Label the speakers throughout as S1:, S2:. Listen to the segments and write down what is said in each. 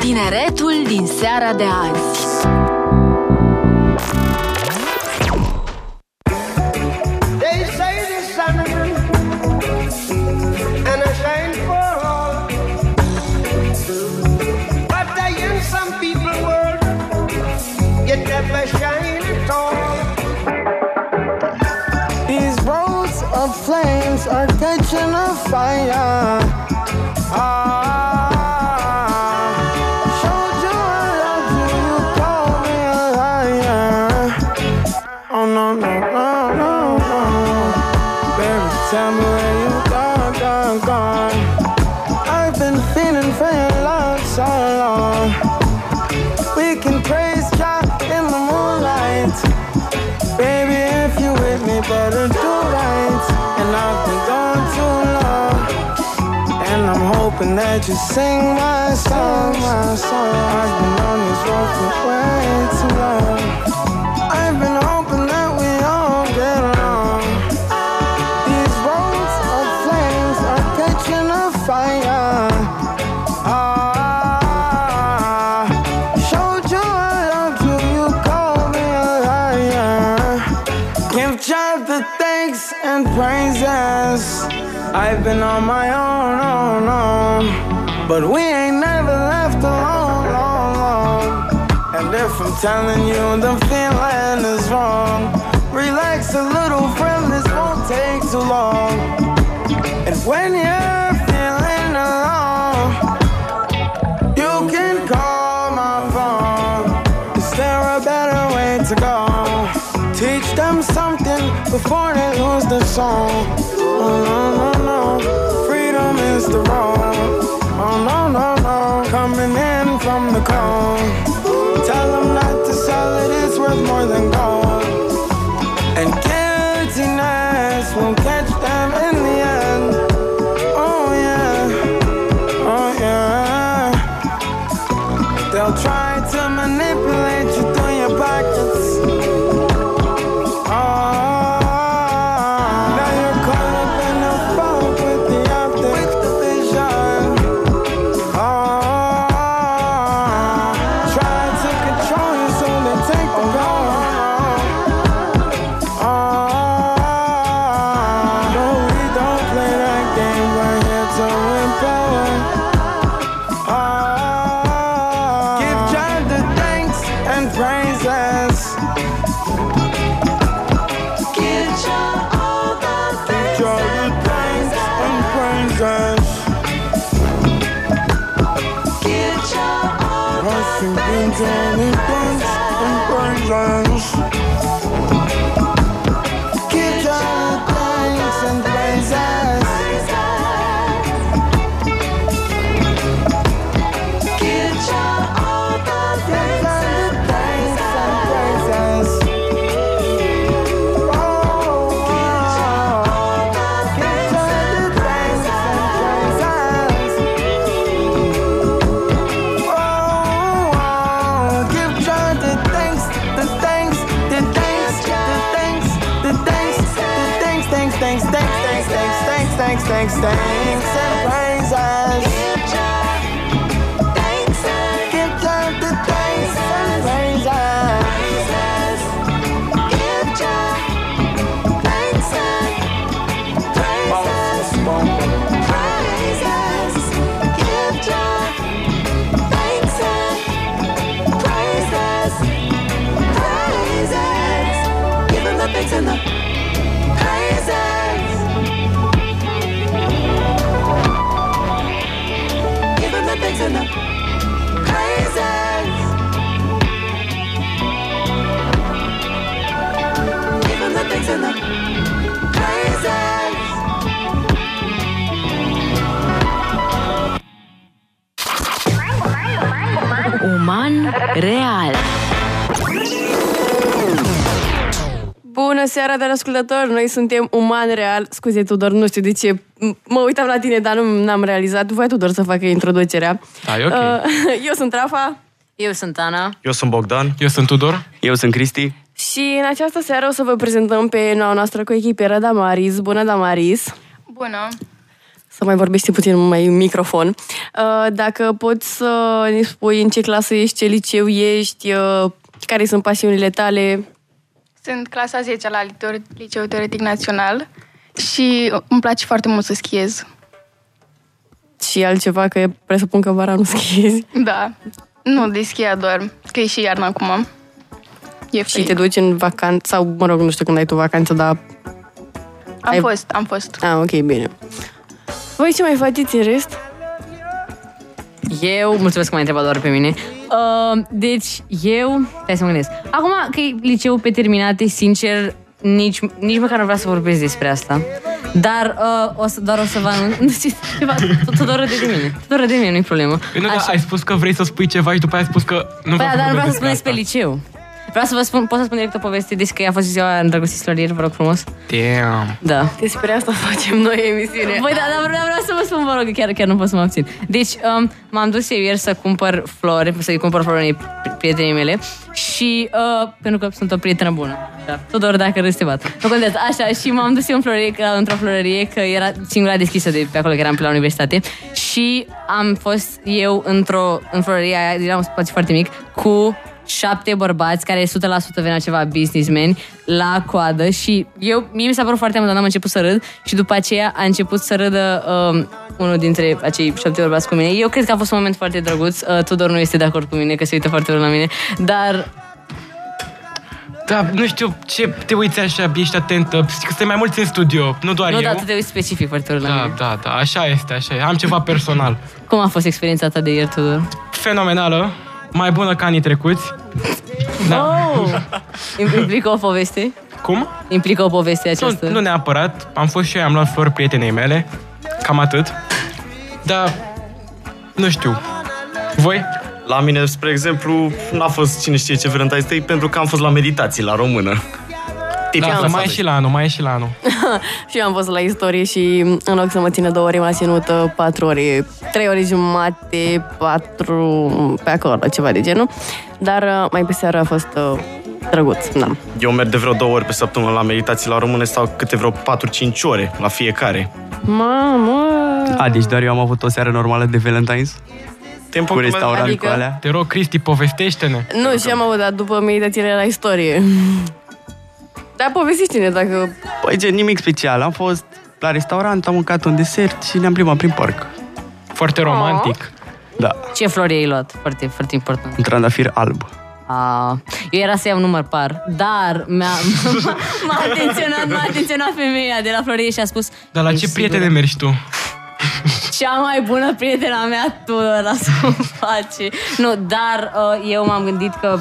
S1: Tineretul din seara de azi.
S2: They say the sun and I shine for all. But I in some people world it never shine at all.
S3: These roads of flames are catching a fire. Ah, showed you I love you, you called me a liar. Oh no no no no no, baby, tell me where you gone gone gone. I've been feeling for your love so long. We can praise God in the moonlight. Baby, if you with me, better do right. And I've been gone too long. And I'm hoping that you sing my song, my song. I've been on this road for way too long. I've been hoping that we all get along. These roads of flames are catching a fire. Ah, showed you I loved you, you called me a liar. Give God the thanks and praises. I've been on my own, on, on, but we ain't never left alone, alone, alone. And if I'm telling you the feeling is wrong, relax a little, friend. This won't take too long. And when you're feeling alone. You can call my phone. Is there a better way to go? Teach them something before they lose the song. Oh no no no, freedom is the wrong. Oh no no no, coming in from the cold. Tell them not to sell it, it's worth more than gold. And guiltiness will catch them in the end. Oh yeah, oh yeah. They'll try to manipulate you through your pockets. Ah, now you're caught up in the fog with the optic, with the vision. Ah, try to control you so they take the gun. Ah, no, we don't play that game. We're here to empower. Ah, Give God the thanks and praises. Give Jah all the thanks and praises. Give Jah all the thanks and praises. Give Jah the thanks and praises. Thanks, thanks, thanks, and praises. Give God the thanks and praises.
S1: Uman real.
S4: Bună seara, dar ascultători! Noi suntem Uman Real. Scuze, Tudor, nu știu de ce. M- Mă uitam la tine, dar nu n-am realizat. Voi, Tudor, să facă introducerea. Uh,
S5: Da, e ok.
S6: Uh,
S4: Eu sunt Rafa
S6: Eu sunt Ana.
S7: Eu sunt Bogdan.
S5: Eu sunt Tudor.
S7: Eu sunt Cristi.
S4: și în această seară o să vă prezentăm pe noua noastră coechipieră Damaris. Bună, Damaris!
S8: Bună!
S4: să mai vorbești puțin mai în microfon. Uh, Dacă poți să ne spui în ce clasă ești, ce liceu ești, uh, care sunt pasiunile tale.
S5: Sunt clasa 10 la Litor- Liceu Teoretic Național și îmi place foarte mult să schiez.
S4: și altceva, că presupun că vara nu schiezi.
S5: Da. Nu, de schia doar, că e și iarna acum. E
S4: Și
S5: frig.
S4: te duci în vacanță, sau, mă rog, nu știu când ai tu vacanță, dar...
S5: Am
S4: ai-
S5: fost, am fost.
S4: Ah, ok, bine. Voi ce mai faceți în rest?
S6: Eu, mulțumesc că m-ai întrebat doar pe mine. Uh, deci, eu, stai să mă gândesc. Acum că e liceul pe terminate, sincer, nici, nici măcar nu vreau să vorbesc despre asta. Dar uh, o să, doar o să vă anunț. Nu știu, ceva, tot, tot râde de mine. Tot râde de mine, nu-i problemă.
S7: Păi nu, dar
S6: Așa.
S7: ai spus că vrei să spui ceva și după aia ai spus că nu
S6: Păi,
S7: vreau
S6: da, dar vreau să
S7: vorbesc
S6: spuneți pe liceu. Vreau să vă spun, pot să spun direct o poveste, deci că a fost ziua îndrăgostiților ieri, vă rog frumos.
S7: despre asta. Damn.
S6: Da.
S4: Despre asta facem noi emisiune.
S6: Băi, da, da, vreau, vreau să vă spun, vă rog, că chiar, chiar nu pot să mă abțin. Deci, um, m-am dus eu ieri să cumpăr flori, să-i cumpăr flori unei pri- prietenii mele și, uh, pentru că sunt o prietenă bună. Da. Tudor, dacă râzi, te bat. Nu contează. Așa, și m-am dus eu în florărie, că- într-o florărie, că era singura deschisă de pe acolo, că eram pe la universitate. Și am fost eu într-o, în florărie aia, era un spațiu foarte mic, cu șapte bărbați care 100% veneau ceva businessmen la coadă și eu, mie mi s-a părut foarte mult, dar n-am început să râd și după aceea a început să râdă um, unul dintre acei șapte bărbați cu mine. Eu cred că a fost un moment foarte drăguț. Uh, Tudor nu este de acord cu mine, că se uită foarte rău la mine, dar
S7: Da, nu știu ce te uiți așa, ești atentă. Știi că sunt mai mulți în studio, nu doar
S6: nu,
S7: eu.
S6: dar tu te uiți specific foarte rău la
S7: da,
S6: mine.
S7: da, da, așa este, așa e. Am ceva personal.
S6: Cum a fost experiența ta de ieri, Tudor?
S7: Fenomenală, mai bună ca anii trecuți. Da.
S6: Oh! Im- Implică o poveste?
S7: Cum?
S6: Implică o poveste aceasta?
S7: Nu, nu neapărat. Am fost și eu, am luat flori prietenei mele. Cam atât. Dar, nu știu. Voi?
S8: La mine, spre exemplu, n-a fost cine știe ce Valentine's Day pentru că am fost la meditații la română.
S6: Deci
S8: Tipic
S7: Da,
S8: clasa
S7: mai e
S8: doi.
S7: și la anul, mai e și la anul.
S4: Și eu am fost la istorie și în loc să mă țină două ore, m-a ținut uh, patru ore, trei ore jumate, patru, pe acolo, ceva de genul. Dar uh, mai pe seară a fost uh, drăguț, da.
S8: Eu merg de vreo două ori pe săptămână la meditații la române, stau câte vreo 4-5 ore la fiecare.
S4: Mamă!
S9: A, deci doar eu am avut o seară normală de Valentine's?
S8: Timpul
S9: Cu
S8: când merg-
S9: restaurant
S4: Adică?
S9: cu alea?
S7: Te rog, Cristi, povestește-ne.
S4: Nu, și am avut, dar după meditațiile la istorie. Dar povestiți-ne dacă...
S9: Păi gen, nimic special. Am fost la restaurant, am mâncat un desert și ne-am plimbat prin parc.
S4: Oh.
S7: Foarte romantic.
S9: Da,
S6: Ce flori ai luat? Foarte, foarte important.
S9: un trandafir alb.
S6: A, eu era să iau număr par, dar mi-a, m-a, m-a atenționat, m-a atenționat femeia de la Florie și a spus
S7: Dar la
S4: Deci
S6: "Ești
S7: ce
S6: sigură?
S7: prietene mergi tu?
S6: Cea mai bună prietena mea, tu ăla să o face. Nu, dar uh, eu m-am gândit că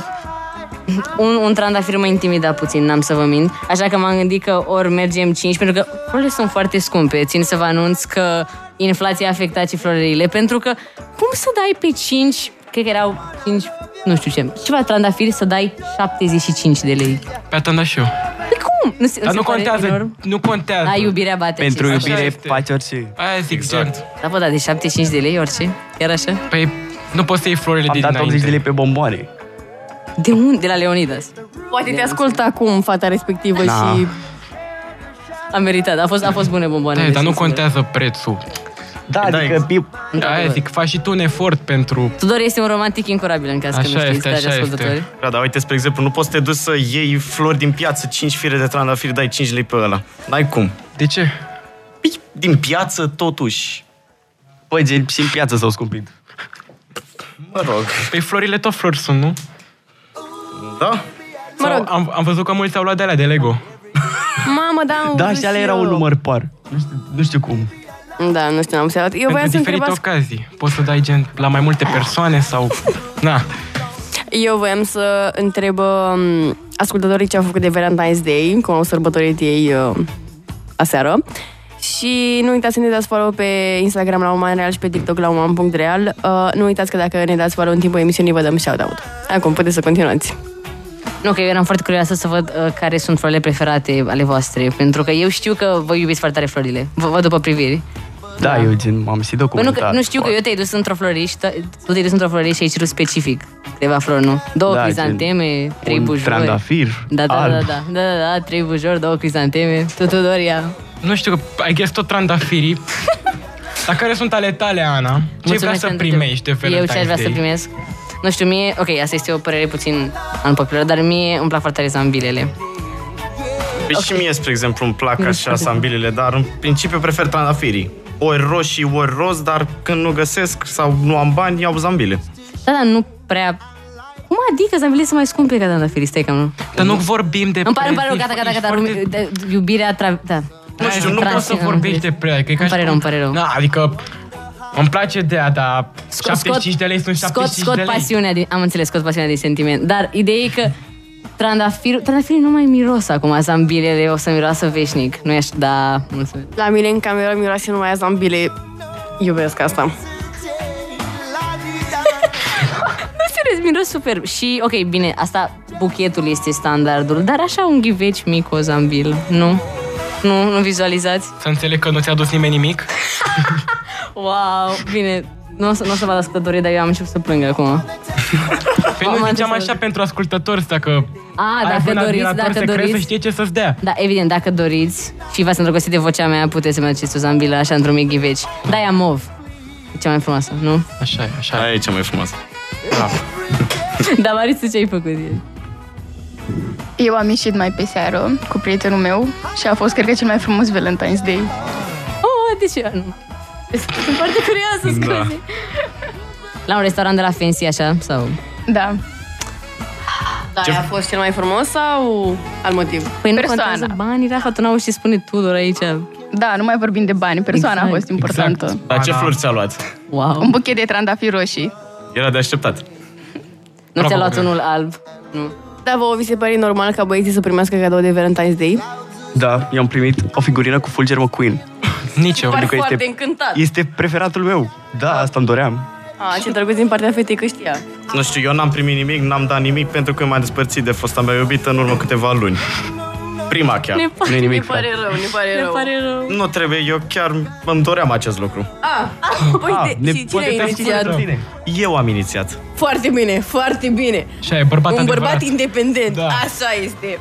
S6: un, un trandafir mă intimida puțin, n-am să vă mint. Așa că m-am gândit că ori mergem 5, pentru că florile sunt foarte scumpe. Țin să vă anunț că inflația a afectat și florările, pentru că cum să dai pe 5, cred că erau 5, nu știu ce, ceva trandafiri să dai 75 de lei.
S7: Pe atânașu.
S6: Păi cum? Nu, se-
S7: da, Dar
S6: se
S7: nu
S6: pare
S7: contează,
S6: enorm?
S7: nu contează.
S6: Da, iubirea bate
S9: Pentru
S6: acest lucru.
S9: iubire
S7: este.
S9: faci orice.
S7: Aia zic,
S8: Exact.
S7: exact.
S6: Da, bă, da, de 75 de lei, orice. Chiar așa?
S7: Păi nu poți să iei florile
S9: Am
S7: de
S9: dat 80 de lei
S7: dinainte.
S9: pe bomboane.
S6: De unde? De la Leonidas.
S4: Poate te ascultă acum fata respectivă
S9: Da.
S4: și...
S6: A meritat, a fost, a fost bune bomboane.
S7: Da, dar nu
S6: deci,
S7: contează prețul.
S9: Da,
S8: Da,
S9: adică
S8: ex-
S9: pip.
S6: într-adevăr.
S7: Aia zic, faci și tu un efort pentru...
S6: Tudor este un romantic incurabil în caz că
S7: Așa
S6: nu știți,
S7: este,
S6: dragi
S7: așa
S6: ascultători.
S7: este.
S8: Da, dar uite, spre exemplu, nu poți să te duci să iei flori din piață, 5 fire de trandafiri, dai 5 lei pe ăla. N-ai cum.
S7: De ce?
S8: Păi, Din piață, totuși.
S9: Păi gen, și în piață s-au scumpit.
S8: Mă rog.
S7: Păi florile tot flori sunt, nu?
S8: Da?
S7: Mă rog. Am, am văzut că mulți au luat de alea de Lego.
S4: Mamă, da, am
S9: Da,
S4: vrut
S9: și alea
S4: eu.
S9: era un număr par. Nu știu, nu știu cum.
S4: Da, nu știu, am observat. Eu voiam
S7: pentru
S4: să
S7: diferite
S4: întrebați
S7: ocazii. Poți să dai gen la mai multe persoane sau... Na,
S4: Eu voiam să întreb um, ascultătorii ce au făcut de Valentine's Day, cum au sărbătorit ei uh, aseară. Și nu uitați să ne dați follow pe Instagram la Uman Real și pe TikTok la Uman.real. Uh, nu uitați că dacă ne dați follow în timpul emisiunii, vă dăm shout-out. Acum puteți să continuați.
S6: Nu, că eu eram foarte curioasă să văd uh, care sunt florile preferate ale voastre, pentru că eu știu că vă iubiți foarte tare florile. Vă văd după priviri.
S9: Da, eu gen, m-am și
S6: Păi nu,
S9: documentat.
S6: că, nu știu că eu te-ai dus într-o florie și t- tu te-ai dus într-o florie și ai cerut specific câteva flori, nu? Două
S9: Da,
S6: crizanteme, trei
S9: un
S6: bujori.
S9: trandafir
S6: Da, da, da,
S9: alb.
S6: da, da, da, da, trei bujori, două crizanteme. Tu, Tudoria.
S7: nu știu, I guess tot trandafirii. Dar care sunt ale tale, Ana? Ce vrea
S6: Mulțumesc
S7: să
S6: pentru
S7: primești de
S6: Eu ce
S7: Valentine's
S6: aș vrea să
S7: Day?
S6: primesc? Nu știu, mie, ok, asta este o părere puțin unpopulară, dar mie îmi plac foarte tare zambilele.
S8: Deci și mie, spre exemplu, îmi plac așa sambilele, dar în principiu prefer trandafirii. Ori roșii, ori roz, dar când nu găsesc sau nu am bani, iau zambile.
S6: Da, dar nu prea... Cum adică zambilele sunt mai scumpe ca trandafirii? Stai că nu...
S7: Dar nu vorbim de
S6: Îmi pare, îmi pare rău,
S7: preț,
S6: gata, gata,
S7: ești
S6: gata,
S7: foarte-
S6: rumi- de- iubirea... Tra... Da.
S8: Nu știu, nu
S6: Trans-
S8: pot
S7: Să vorbești de prea, că e ca
S6: Îmi pare
S7: și
S6: rău,
S7: cum-
S6: îmi pare rău.
S7: Na, adică îmi place de da ea, dar 75 de lei sunt
S6: scot,
S7: 75
S6: scot
S7: de lei.
S6: pasiunea din, am înțeles, scot pasiunea din sentiment. Dar ideea e că trandafirul, trandafirul nu mai miros acum, zambilele o să miroasă veșnic. Nu ești, da, mulțumesc.
S4: La mine în cameră miroase numai a zambile. Iubesc asta.
S6: Serios, miros superb. Și, ok, bine, asta, buchetul este standardul, dar așa un ghiveci mic cu o zambilă, nu? Nu, nu vizualizați?
S7: Să înțeleg că nu ți-a dus nimeni nimic.
S6: Wow, bine, nu o să, nu o să vă ascultătorii, dar eu am început să plâng acum.
S7: Păi
S6: Am
S7: nu ziceam
S6: înțeles.
S7: așa pentru ascultători, dacă
S6: A,
S7: ai
S6: dacă
S7: vreun
S6: doriți,
S7: admirator
S6: dacă
S7: secret, să
S6: doriți.
S7: știe ce să-ți dea.
S6: Da, evident, dacă doriți și v-ați îndrăgostit de vocea mea, puteți să-mi aduceți o zambilă așa într-un mic ghiveci. Da, e mov. E cea mai frumoasă, nu?
S7: Așa e, așa e.
S8: Aia e cea mai frumoasă.
S6: Dar, Maris, tu ce ai făcut ieri?
S5: Eu am ieșit mai pe seară cu prietenul meu și a fost, cred că, cel mai frumos Valentine's Day.
S6: Oh, de ce? Nu. Sunt foarte curioasă, scuze. Da. La un restaurant de la Fancy, așa, sau...
S5: Da.
S4: Dar Da, a fost cel mai frumos sau al motiv?
S6: Păi nu
S5: Persoana.
S6: contează banii, Rafa, tu n-au și spune Tudor aici.
S5: Da, nu mai vorbim de bani, persoana
S6: Exact.
S5: a fost importantă.
S7: Exact.
S8: Dar ce
S7: Ana.
S8: flori ți-a luat?
S6: Wow.
S5: Un buchet de trandafiri roșii.
S8: Era de așteptat.
S6: Nu ți-a luat
S7: Probabil.
S6: unul alb. Nu.
S4: Da, vă vi se pare normal ca băieții să primească cadou de Valentine's Day?
S9: Da, eu am primit o figurină cu Fulger McQueen.
S7: Nici eu.
S4: Par
S9: că
S4: foarte
S9: este-
S4: încântat.
S9: Este preferatul meu. Da, asta îmi doream.
S4: A, ce drăguț din partea fetei că știa.
S7: Da,
S8: Nu știu, eu n-am primit nimic, n-am dat nimic pentru că m-am despărțit de fosta mea iubită în urmă câteva luni. Prima chiar.
S9: Nu e
S4: Ne
S9: nimic.
S4: pare
S7: da.
S4: rău, ne pare rău.
S6: pare rău.
S8: Nu trebuie, eu chiar îmi doream acest lucru.
S9: Ah,
S4: Uite,
S9: ne-
S4: și cine a
S9: poate te-am
S4: inițiat?
S9: spus bine.
S8: Eu am inițiat.
S4: Foarte bine, foarte bine.
S7: Așa e, bărbat
S4: Un
S7: adevărat.
S4: bărbat independent,
S7: Da.
S4: așa este.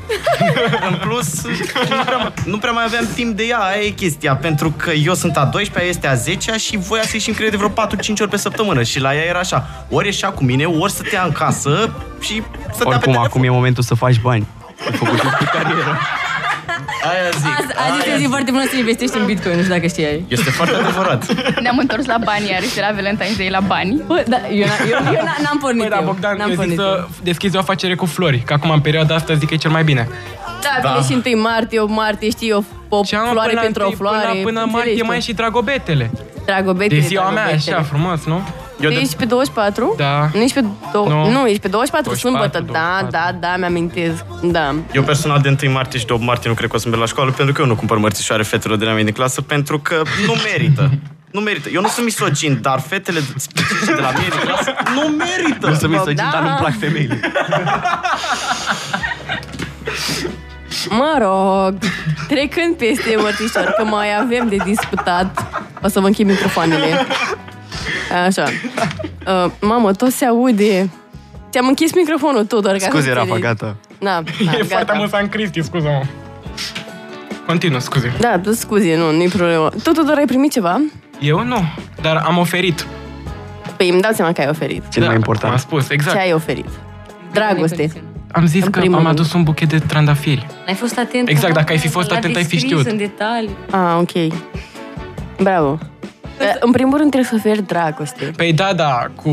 S8: În plus, nu prea, mai- nu prea mai aveam timp de ea, aia e chestia, pentru că eu sunt a 12-a, este a 10-a și voia să ieșim, cred, de vreo 4-5 ori pe săptămână și la ea era așa, ori ieșea cu mine, ori stătea în casă și stătea pe
S9: Oricum,
S8: telefon.
S9: acum e momentul să faci bani. Ai făcut un pic carieră.
S8: Aia zic,
S6: Azi, azi este o zi Adică foarte bună să investești în Bitcoin, nu știu dacă știai.
S8: Este foarte adevărat.
S5: Ne-am întors la bani, iar și la Valentine's Day la bani.
S6: Bă, da, eu, n- eu, eu n- n-am pornit
S7: Păi da,
S6: eu.
S7: Bogdan,
S6: n-am
S7: eu zic
S6: pornit eu.
S7: să deschizi o afacere cu flori, că acum în perioada asta zic că e cel mai bine.
S4: Da, vine și 1 martie, 8 martie, știi, o, o
S7: Și am
S4: floare
S7: până, la
S4: pentru o
S7: întâi-
S4: floare.
S7: până, până martie mai e și dragobetele.
S4: Dragobete,
S7: De ziua mea, așa, frumos, nu?
S8: Eu
S4: Tu
S8: de,
S4: ești pe 24?
S7: Da.
S4: Nu ești pe dou- nu.
S7: Nu.
S4: nu, ești pe 24,
S7: 24,
S4: sâmbătă. Da,
S7: 24.
S4: da, da, mi-amintesc. Da.
S8: eu personal de 1 martie și de 8 martie nu cred că o să merg la școală pentru că eu nu cumpăr mărțișoare fetelor de la mine din clasă pentru că nu merită. Nu merită. Eu nu sunt misogin, dar fetele de la mine din clasă nu merită.
S9: Nu să mi să
S4: Da.
S9: dar nu-mi plac femeile.
S4: Mă rog, trecând peste mărțișor, că mai avem de disputat, o să vă închid microfoanele. Așa. Uh, mamă, tot se aude. Ți-am închis microfonul, Tudor. ca să
S9: Scuze, Rafa,
S4: înțelegi.
S9: gata.
S4: Da, da
S7: e
S4: gata.
S7: foarte amuzant, Cristi, scuză-mă. Continuă, scuze.
S4: Da, tu scuze, nu, nu-i problemă. Tu, Tudor, ai primit ceva?
S7: Eu nu, dar am oferit.
S4: Păi îmi dau seama că ai oferit.
S9: Cel mai
S7: Am
S9: important.
S7: spus,
S4: Ce
S7: exact.
S4: ai oferit? Dragoste.
S7: Am zis
S4: În
S7: că
S4: primul
S7: am
S4: rând.
S7: adus un buchet de trandafiri.
S6: N-ai fost atent.
S7: Exact,
S6: Rafa,
S7: dacă ai fi fost
S6: l-a
S7: atent, ai fi
S6: descris
S7: știut.
S6: în detalii.
S4: Ah, ok. Bravo. Dar, În primul rând trebuie să oferi dragoste.
S7: Păi da, da, cu...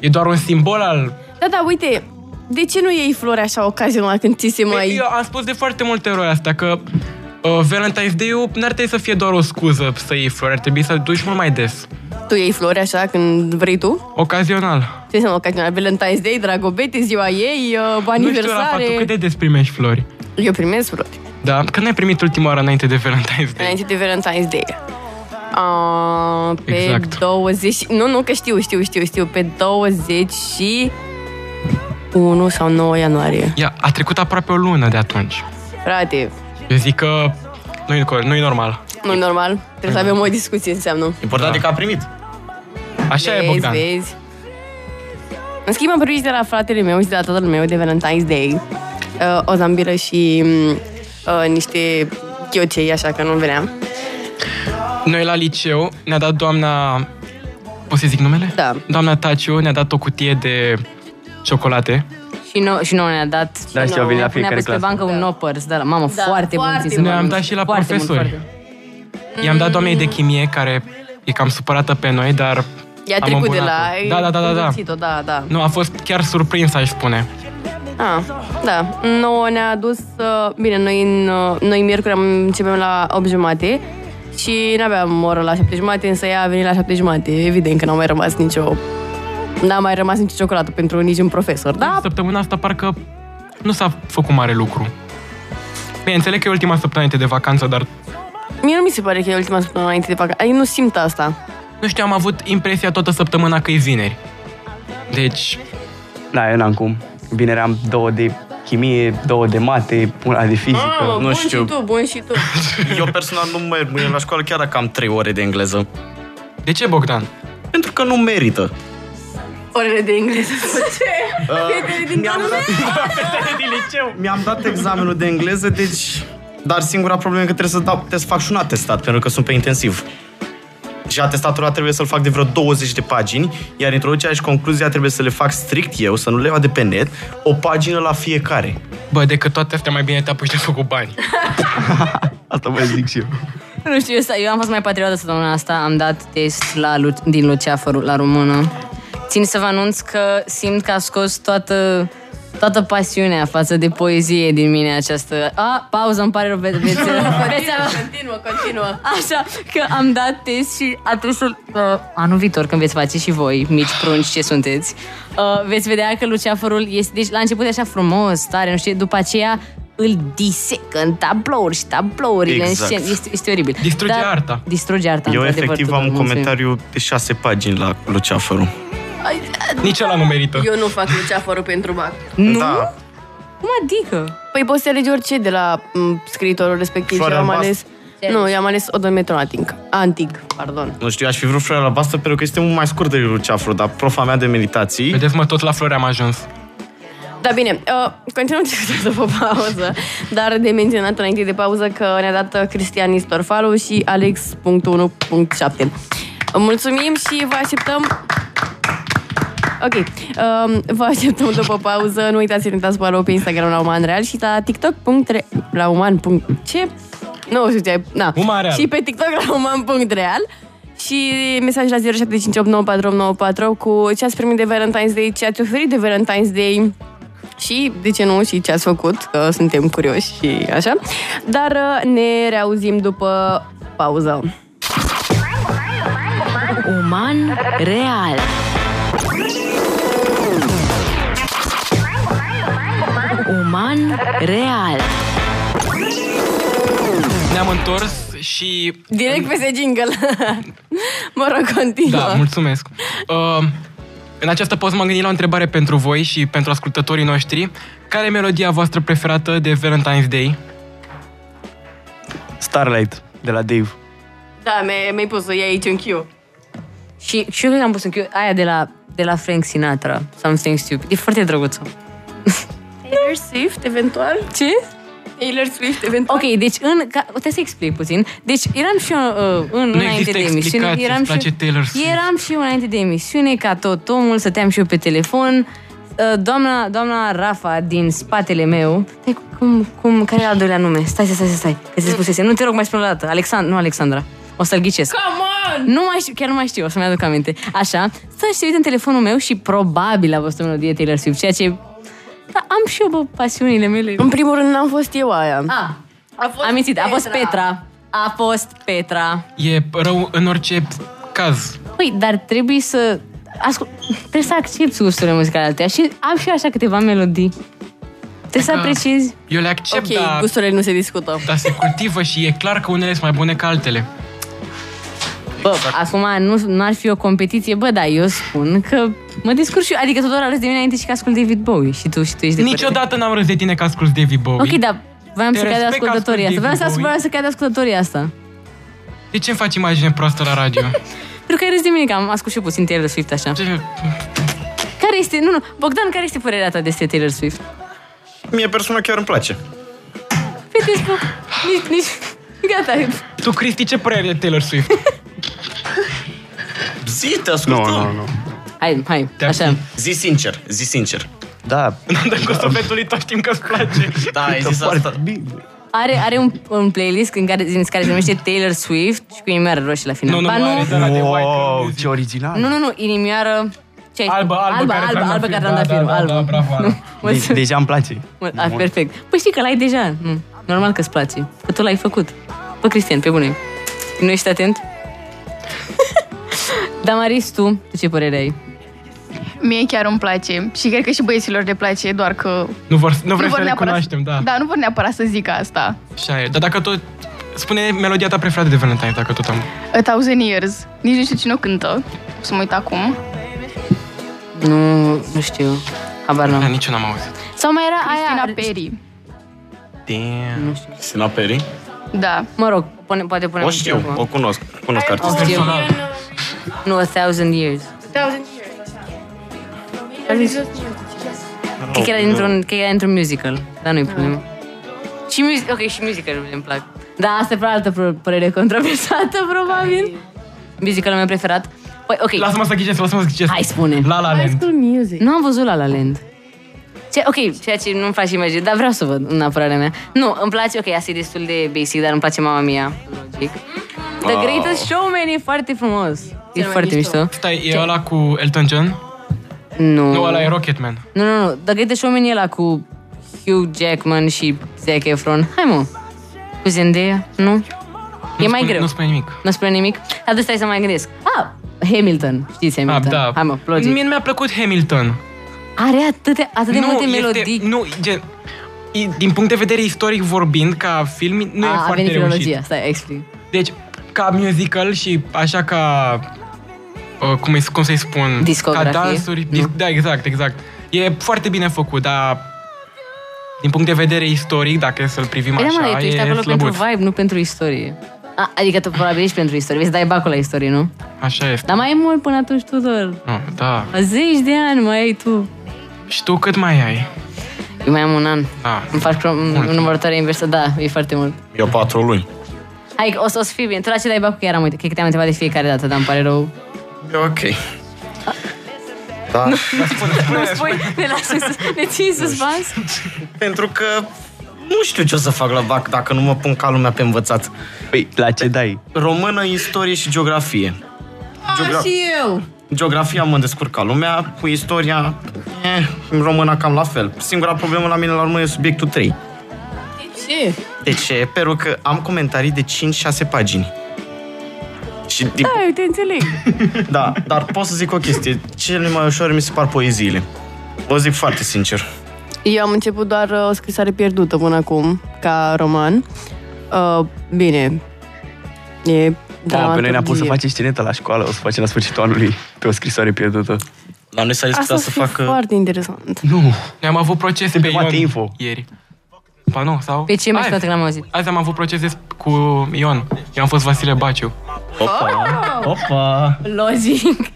S7: E doar un simbol al...
S4: Da, da, uite, de ce nu iei flori așa ocazional când ți se
S7: Păi,
S4: mai...
S7: Eu am spus de foarte multe ori asta, că uh, Valentine's Day-ul n-ar trebui să fie doar o scuză să iei flori, ar trebui să duci mult mai des.
S4: Tu iei flori așa când vrei tu?
S7: Ocazional.
S4: Ce înseamnă ocazional? Valentine's Day, dragobete, ziua ei, uh,
S7: Nu știu,
S4: aniversare...
S7: Rafa, tu cât de des primești flori?
S4: Eu primesc flori
S7: Da? Când ai primit ultima oară înainte de Valentine's Day?
S4: înainte de Valentine's Day. Uh, pe
S7: Exact.
S4: 20... Nu, nu, că știu, știu, știu, știu. Pe 21 sau 9 ianuarie.
S7: Ia, a trecut aproape o lună de atunci.
S4: Frate,
S7: Eu zic că nu e, nu e normal.
S4: nu normal. Trebuie să avem o discuție, înseamnă.
S8: Important e că a primit.
S7: Așa
S4: vezi,
S7: e, Bogdan.
S4: Vezi. În schimb, am primit de la fratele meu și de la tatăl meu de Valentine's Day uh, o zambilă și mm, uh, niște chiocei, așa că nu veneam.
S7: Noi la liceu ne-a dat doamna... Pot să zic numele?
S4: Da.
S7: Doamna Taciu ne-a dat o cutie de ciocolate.
S6: Și nouă și nou ne-a dat.
S9: Da,
S6: și
S9: știu, a venit la
S6: ne-a pus
S9: fiecare
S6: pe
S9: clasă.
S6: bancă un nopers. Da, la- mamă, foarte bun.
S4: foarte
S6: ți se
S4: bun.
S6: va
S7: Ne-am
S6: aminti.
S7: dat și la
S6: Foarte bun,
S7: profesori.
S6: foarte bun.
S7: I-am dat doamnei
S4: Mm.
S7: de chimie, care e cam supărată pe noi, dar...
S4: I-a
S7: am
S4: trecut de la...
S7: îmbunat-o. Da, da, da, da, da.
S4: da. da, da.
S7: Nu, a fost chiar surprins, aș spune.
S4: Ah, da. Nouă ne-a adus... uh, Bine, noi, în, uh, noi miercuri am începem la 8 jumate și n-aveam oră la 7 jumate, însă ea a venit la 7 jumate. Evident că n-a mai rămas nicio... N-a mai rămas nicio ciocolată pentru niciun profesor, da?
S7: Săptămâna asta parcă nu s-a făcut mare lucru. Bine, înțeleg că e ultima săptămână înainte de vacanță, dar
S4: Mie nu mi se pare că e ultima săptămână înainte de vacanță. Adică nu simt asta.
S7: nu știu, am avut impresia toată săptămâna că e vineri. Deci,
S9: Da, eu n-am cum. Vineri am două de chimie, două de mate, una de fizică.
S4: Mamă,
S8: nu
S4: Ah, bun
S8: știu.
S4: și tu, bun și tu.
S8: Eu personal nu merg mâine la școală chiar dacă am 3 ore de engleză.
S7: de ce, Bogdan?
S8: Pentru că nu merită.
S4: Orele de engleză.
S8: Mi-am dat, mi-am dat examenul de engleză, deci... Dar singura problemă e că trebuie să, dau, trebuie să fac și un atestat, pentru că sunt pe intensiv. Și atestatul ăla trebuie să-l fac de vreo 20 de pagini, iar introducerea și concluzia trebuie să le fac strict eu, să nu le iau de pe net, o pagină la fiecare.
S7: Bă, decât toate astea mai bine te apuci de făcut bani.
S9: Asta mai zic și eu.
S6: Nu știu, eu, sta- eu am fost mai patriotă săptămâna asta, am dat test la, Lu- din Luceafăr la română. Țin să vă anunț că simt că a scos toată, toată pasiunea față de poezie din mine această... A, pauză, îmi pare rău, ve- veți, veți avea-
S4: Continuă, continuă.
S6: Așa, că am dat test și atunci uh, anul viitor, când veți face și voi, mici prunci ce sunteți, uh, veți vedea că luceafărul este, deci la început e așa frumos, tare, nu știu, ce, după aceea îl disecă în tablouri și tablourile
S8: Exact.
S6: în scenă. Este, este oribil.
S7: Distruge arta.
S6: Distruge arta,
S8: eu
S6: într-adevăr,
S8: efectiv
S6: Tudor,
S8: am un
S6: mulțumim.
S8: comentariu de șase pagini la Luceafărul.
S7: Nici ăla nu merită.
S4: Eu nu fac luceafărul pentru bac.
S6: Nu?
S8: Da,
S6: Cum adică?
S4: Păi poți să alegi orice de la m, scriitorul respectiv
S8: Floarea
S4: și eu am ales...
S8: albastră.
S4: Nu, eu am ales Odometron Antic. Antic, pardon.
S8: nu știu, aș fi vrut floarea albastră pentru că este mult mai scurt decât Luceafărul, dar profa mea de meditații...
S7: Vedeți, mă, tot la flori am ajuns.
S4: Da, bine, uh, continuăm discuția după pauză, dar de menționat înainte de pauză că ne-a dat uh, Cristian Istorfalu și Alex.1.7. Mulțumim și vă așteptăm... Ok, um, vă așteptăm după pauză. Nu uitați să ne dați follow pe Instagram la Uman Real și la TikTok.re... la Uman. punct- Ce? Nu știu ce... Na.
S7: Uman Real.
S4: Și pe TikTok la Uman.real și mesaj la 0758948944 cu ce ați primit de Valentine's Day, ce ați oferit de Valentine's Day, și, de ce nu, și ce ați făcut, că suntem curioși și așa. Dar uh, ne reauzim după pauză.
S1: Uman real. Uman real.
S7: Ne-am întors și...
S4: Direct peste jingle. mă rog, continuă.
S7: Da, mulțumesc. Uh, în această post m-am gândit la o întrebare pentru voi și pentru ascultătorii noștri. Care e melodia voastră preferată de Valentine's Day?
S9: Starlight, de la Dave.
S4: da mi- mi-ai pus-o, e aici un Q.
S6: Și, și eu am pus în chiu- aia de la, de la Frank Sinatra, Something Stupid. E foarte drăguță.
S4: Taylor Swift, eventual?
S6: Ce?
S4: Taylor Swift, eventual?
S6: Ok, deci în, ca, trebuie să explic puțin. Deci eram și eu uh, în, înainte
S7: există
S6: de emisiune.
S7: explicații,
S6: eram
S7: îți place Taylor Swift.
S6: eram și eu înainte de emisiune, ca tot omul, stăteam și eu pe telefon. Uh, Doamna, doamna Rafa din spatele meu Stai, cum, cum, care era al doilea nume? Stai, stai, stai, stai, că se spusese Nu te rog mai spune o dată, Alexand, nu Alexandra O să-l ghicesc nu mai știu, chiar nu mai știu, o să-mi aduc aminte. Așa, stă și se uită în telefonul meu și probabil a văzut o melodie Taylor Swift, ceea ce... Da, am și eu, bă, pasiunile mele.
S4: În primul rând n-am fost eu aia.
S6: A, a fost Ah, am mințit, a fost Petra. A fost Petra.
S7: E rău în orice caz.
S6: Păi, dar trebuie să... Ascult, trebuie să accepti gusturile muzicale ale tale și am și eu așa câteva melodii. Trebuie să
S7: Că
S6: apreciezi.
S7: Eu le accept,
S4: Ok,
S9: Da.
S7: dar,
S4: gusturile nu se discută.
S7: dar se cultivă și e clar că unele sunt mai bune ca altele.
S6: Bă, acum nu, nu ar fi o competiție, bă, dar eu spun că mă descurc și eu. Adică Tudor a râs de mine înainte și că ascult David Bowie și tu și tu ești de părere.
S7: Niciodată n-am râs de tine că asculti David Bowie.
S6: Ok, da. dar voiam
S7: Te
S6: să cadă
S7: respect că
S6: ascultătorii asta.
S7: ascult
S6: Voiam să,
S7: David
S6: voiam să cadă ascultătorii asta.
S7: De ce îmi faci imagine proastă la radio?
S6: Pentru că ai râs de mine, că am ascult și eu puțin Taylor Swift așa.
S7: Ce...
S6: Care este, nu, nu, Bogdan, care este părerea ta despre Taylor Swift?
S8: Mie personal chiar îmi place.
S6: Păi, Pe Facebook. Nici, nici... Gata,
S7: Tu, Cristi, ce părere ai de Taylor Swift?
S8: Zi, te
S9: Nu,
S8: ascultăm.
S9: nu, nu.
S6: Hai, hai,
S7: Te-am
S6: așa.
S8: Zi sincer, zi sincer.
S9: Da,
S7: Dar cu sufletul tău știm că-ți place.
S8: Da, ai zis asta.
S9: bine.
S6: Are, are un, un playlist în care, în care se numește Taylor Swift și cu inimioară roșie la final.
S7: Nu, nu,
S6: Ba
S7: nu, are da. de la de White Girl
S9: Wow,
S7: Music.
S9: ce original.
S6: nu, nu, nu, inimioară... Ce ai spus?
S7: Albă, albă,
S6: albă,
S7: care
S6: albă, albă,
S7: trandafir.
S6: care
S7: Da,
S6: trandafirul,
S7: da, da,
S6: albă.
S7: da, bravo, Ana.
S6: Nu, mulțumesc.
S9: De- deja îmi place.
S6: Mă- A, perfect. Păi știi că l-ai deja. Nu. Normal că-ți place. Că tu l-ai făcut. Bă, Cristian, pe bune. Nu ești atent? Dar, Maris, tu, tu ce părere ai?
S5: Mie chiar îmi place și cred că și băieților le place, doar că
S7: Nu, vor, nu vrem
S5: vor
S7: să
S5: neapărat-
S7: recunoaștem, da.
S5: Da, nu vor neapărat să zic asta.
S7: Așa e. Dar dacă tot... Spune melodia ta preferată de Valentine, dacă tot am...
S5: A Thousand Years. Nici nu știu cine o cântă. O să mă uit acum.
S6: Nu, nu știu. Habar
S7: Da,
S6: n-am.
S7: nici eu n-am auzit.
S6: Sau mai era
S5: Cristina
S6: aia...
S5: Perry.
S7: Damn.
S8: Sina Peri?
S5: Da.
S6: Mă rog, pune, poate punem...
S8: O știu, o cunosc. Cunosc
S6: O
S8: artistul.
S6: știu. Nu, a thousand years. Thousand years. Cred că era dintr-un, cred că era dintr-un musical, dar nu-i problemă. Și music, ok, și musical îmi plac. Dar asta e pe altă pro- părere controversată, probabil. Musicalul meu preferat. Păi, ok,
S7: Lasă-mă să ghicesc, lasă-mă să ghicesc.
S6: hai spune.
S7: La La Land.
S6: Nu am văzut La La Land. Ce, ok, ceea ce nu-mi face imagine, dar vreau să văd în apărarea mea. Nu, îmi place, ok, asta e destul de basic, dar îmi place mama mia, logic. The
S8: Wow.
S6: Greatest Showman e foarte frumos. E foarte mișto.
S7: Stai, e ăla cu Elton John?
S6: Nu.
S7: Nu, ăla e Rocketman.
S6: Nu, nu, nu. The Greatest Showman e ăla cu Hugh Jackman și Zac Efron. Hai, mă. Cu Zendaya, nu? e
S7: Nu
S6: mai
S7: spune-
S6: greu.
S7: Nu spune nimic.
S6: Nu spune nimic? Atunci stai să mai gândesc. Ah, Hamilton. Știți
S7: Ah,
S6: Hamilton?
S7: da.
S6: Hai, mă, logic.
S7: Mie nu mi-a plăcut Hamilton.
S6: Are atâtea, atât de multe melodii.
S7: Nu, gen, i- din punct de vedere istoric vorbind, ca film, nu
S6: a,
S7: e
S6: a
S7: foarte
S6: venit
S7: reușit.
S6: filologia. Stai, explic.
S7: Deci, ca musical și așa ca... Uh, cum, îi- cum să-i spun?
S6: Discografie?
S7: Ca dansuri.
S6: Nu.
S7: Dis- da, exact, exact. E foarte bine făcut, dar din punct de vedere istoric, dacă e să-l privim
S6: Păi da, mă,
S7: așa,
S6: dar tu
S7: e
S6: ești acolo
S7: slăbuț.
S6: pentru vibe, nu pentru istorie. A, adică tu probabil ești pentru istorie, vei să dai bacul la istorie, nu?
S7: Așa este.
S6: Dar mai e mult până atunci, Tudor.
S7: Da. da.
S6: Zeci de ani mai ai tu.
S7: Și tu cât mai ai?
S6: Eu mai am un an.
S7: Da.
S6: Îmi faci crom-
S7: Mult.
S6: numărătoare inversă, da, e foarte mult.
S8: Eu patru luni.
S6: Hai, o să, o să fii bine. Tu la ce dai bacul chiar am uitat. Cred că te-am întrebat de fiecare dată, dar îmi pare rău.
S8: E ok. Da.
S6: Nu spui, ne lași, în sus- ne ții în suspans?
S8: Pentru că nu știu ce o să fac la BAC dacă nu mă pun ca lumea pe învățat.
S9: Păi, la ce dai?
S8: Română, istorie și geografie. Geogra-
S6: Și eu.
S8: geografia mă descurc ca lumea, cu istoria, eh, în româna cam la fel. Singura problemă la mine la urmă e subiectul 3.
S6: Ce?
S8: De ce? Pentru că am comentarii de 5-6 pagini. Și din,
S4: Da, eu te înțeleg.
S8: da, dar pot să zic o chestie. Cele mai ușor mi se par poeziile. Vă zic foarte sincer.
S4: Eu am început doar uh, o scrisoare pierdută până acum, ca roman. Uh, bine, e
S9: Mamă, Da, pe noi ne-a pus să
S4: dramaturgie.
S9: facem cinetă la școală, o să facem la sfârșitul anului pe o scrisoare pierdută.
S8: La noi
S4: Asta
S8: s-a discutat
S4: o
S8: să
S4: să fie
S8: facă...
S4: foarte interesant.
S9: Nu,
S7: Noi am avut proces pe
S9: Suntem toate
S7: Ion
S9: info.
S7: ieri. Pa nu, sau?
S6: Pe Păi ce mai
S7: Azi.
S6: scoate că l-am auzit?
S7: Azi am avut proces cu Ion. Eu am fost Vasile Baciu.
S4: Oh!
S8: Opa, opa.
S6: Logic.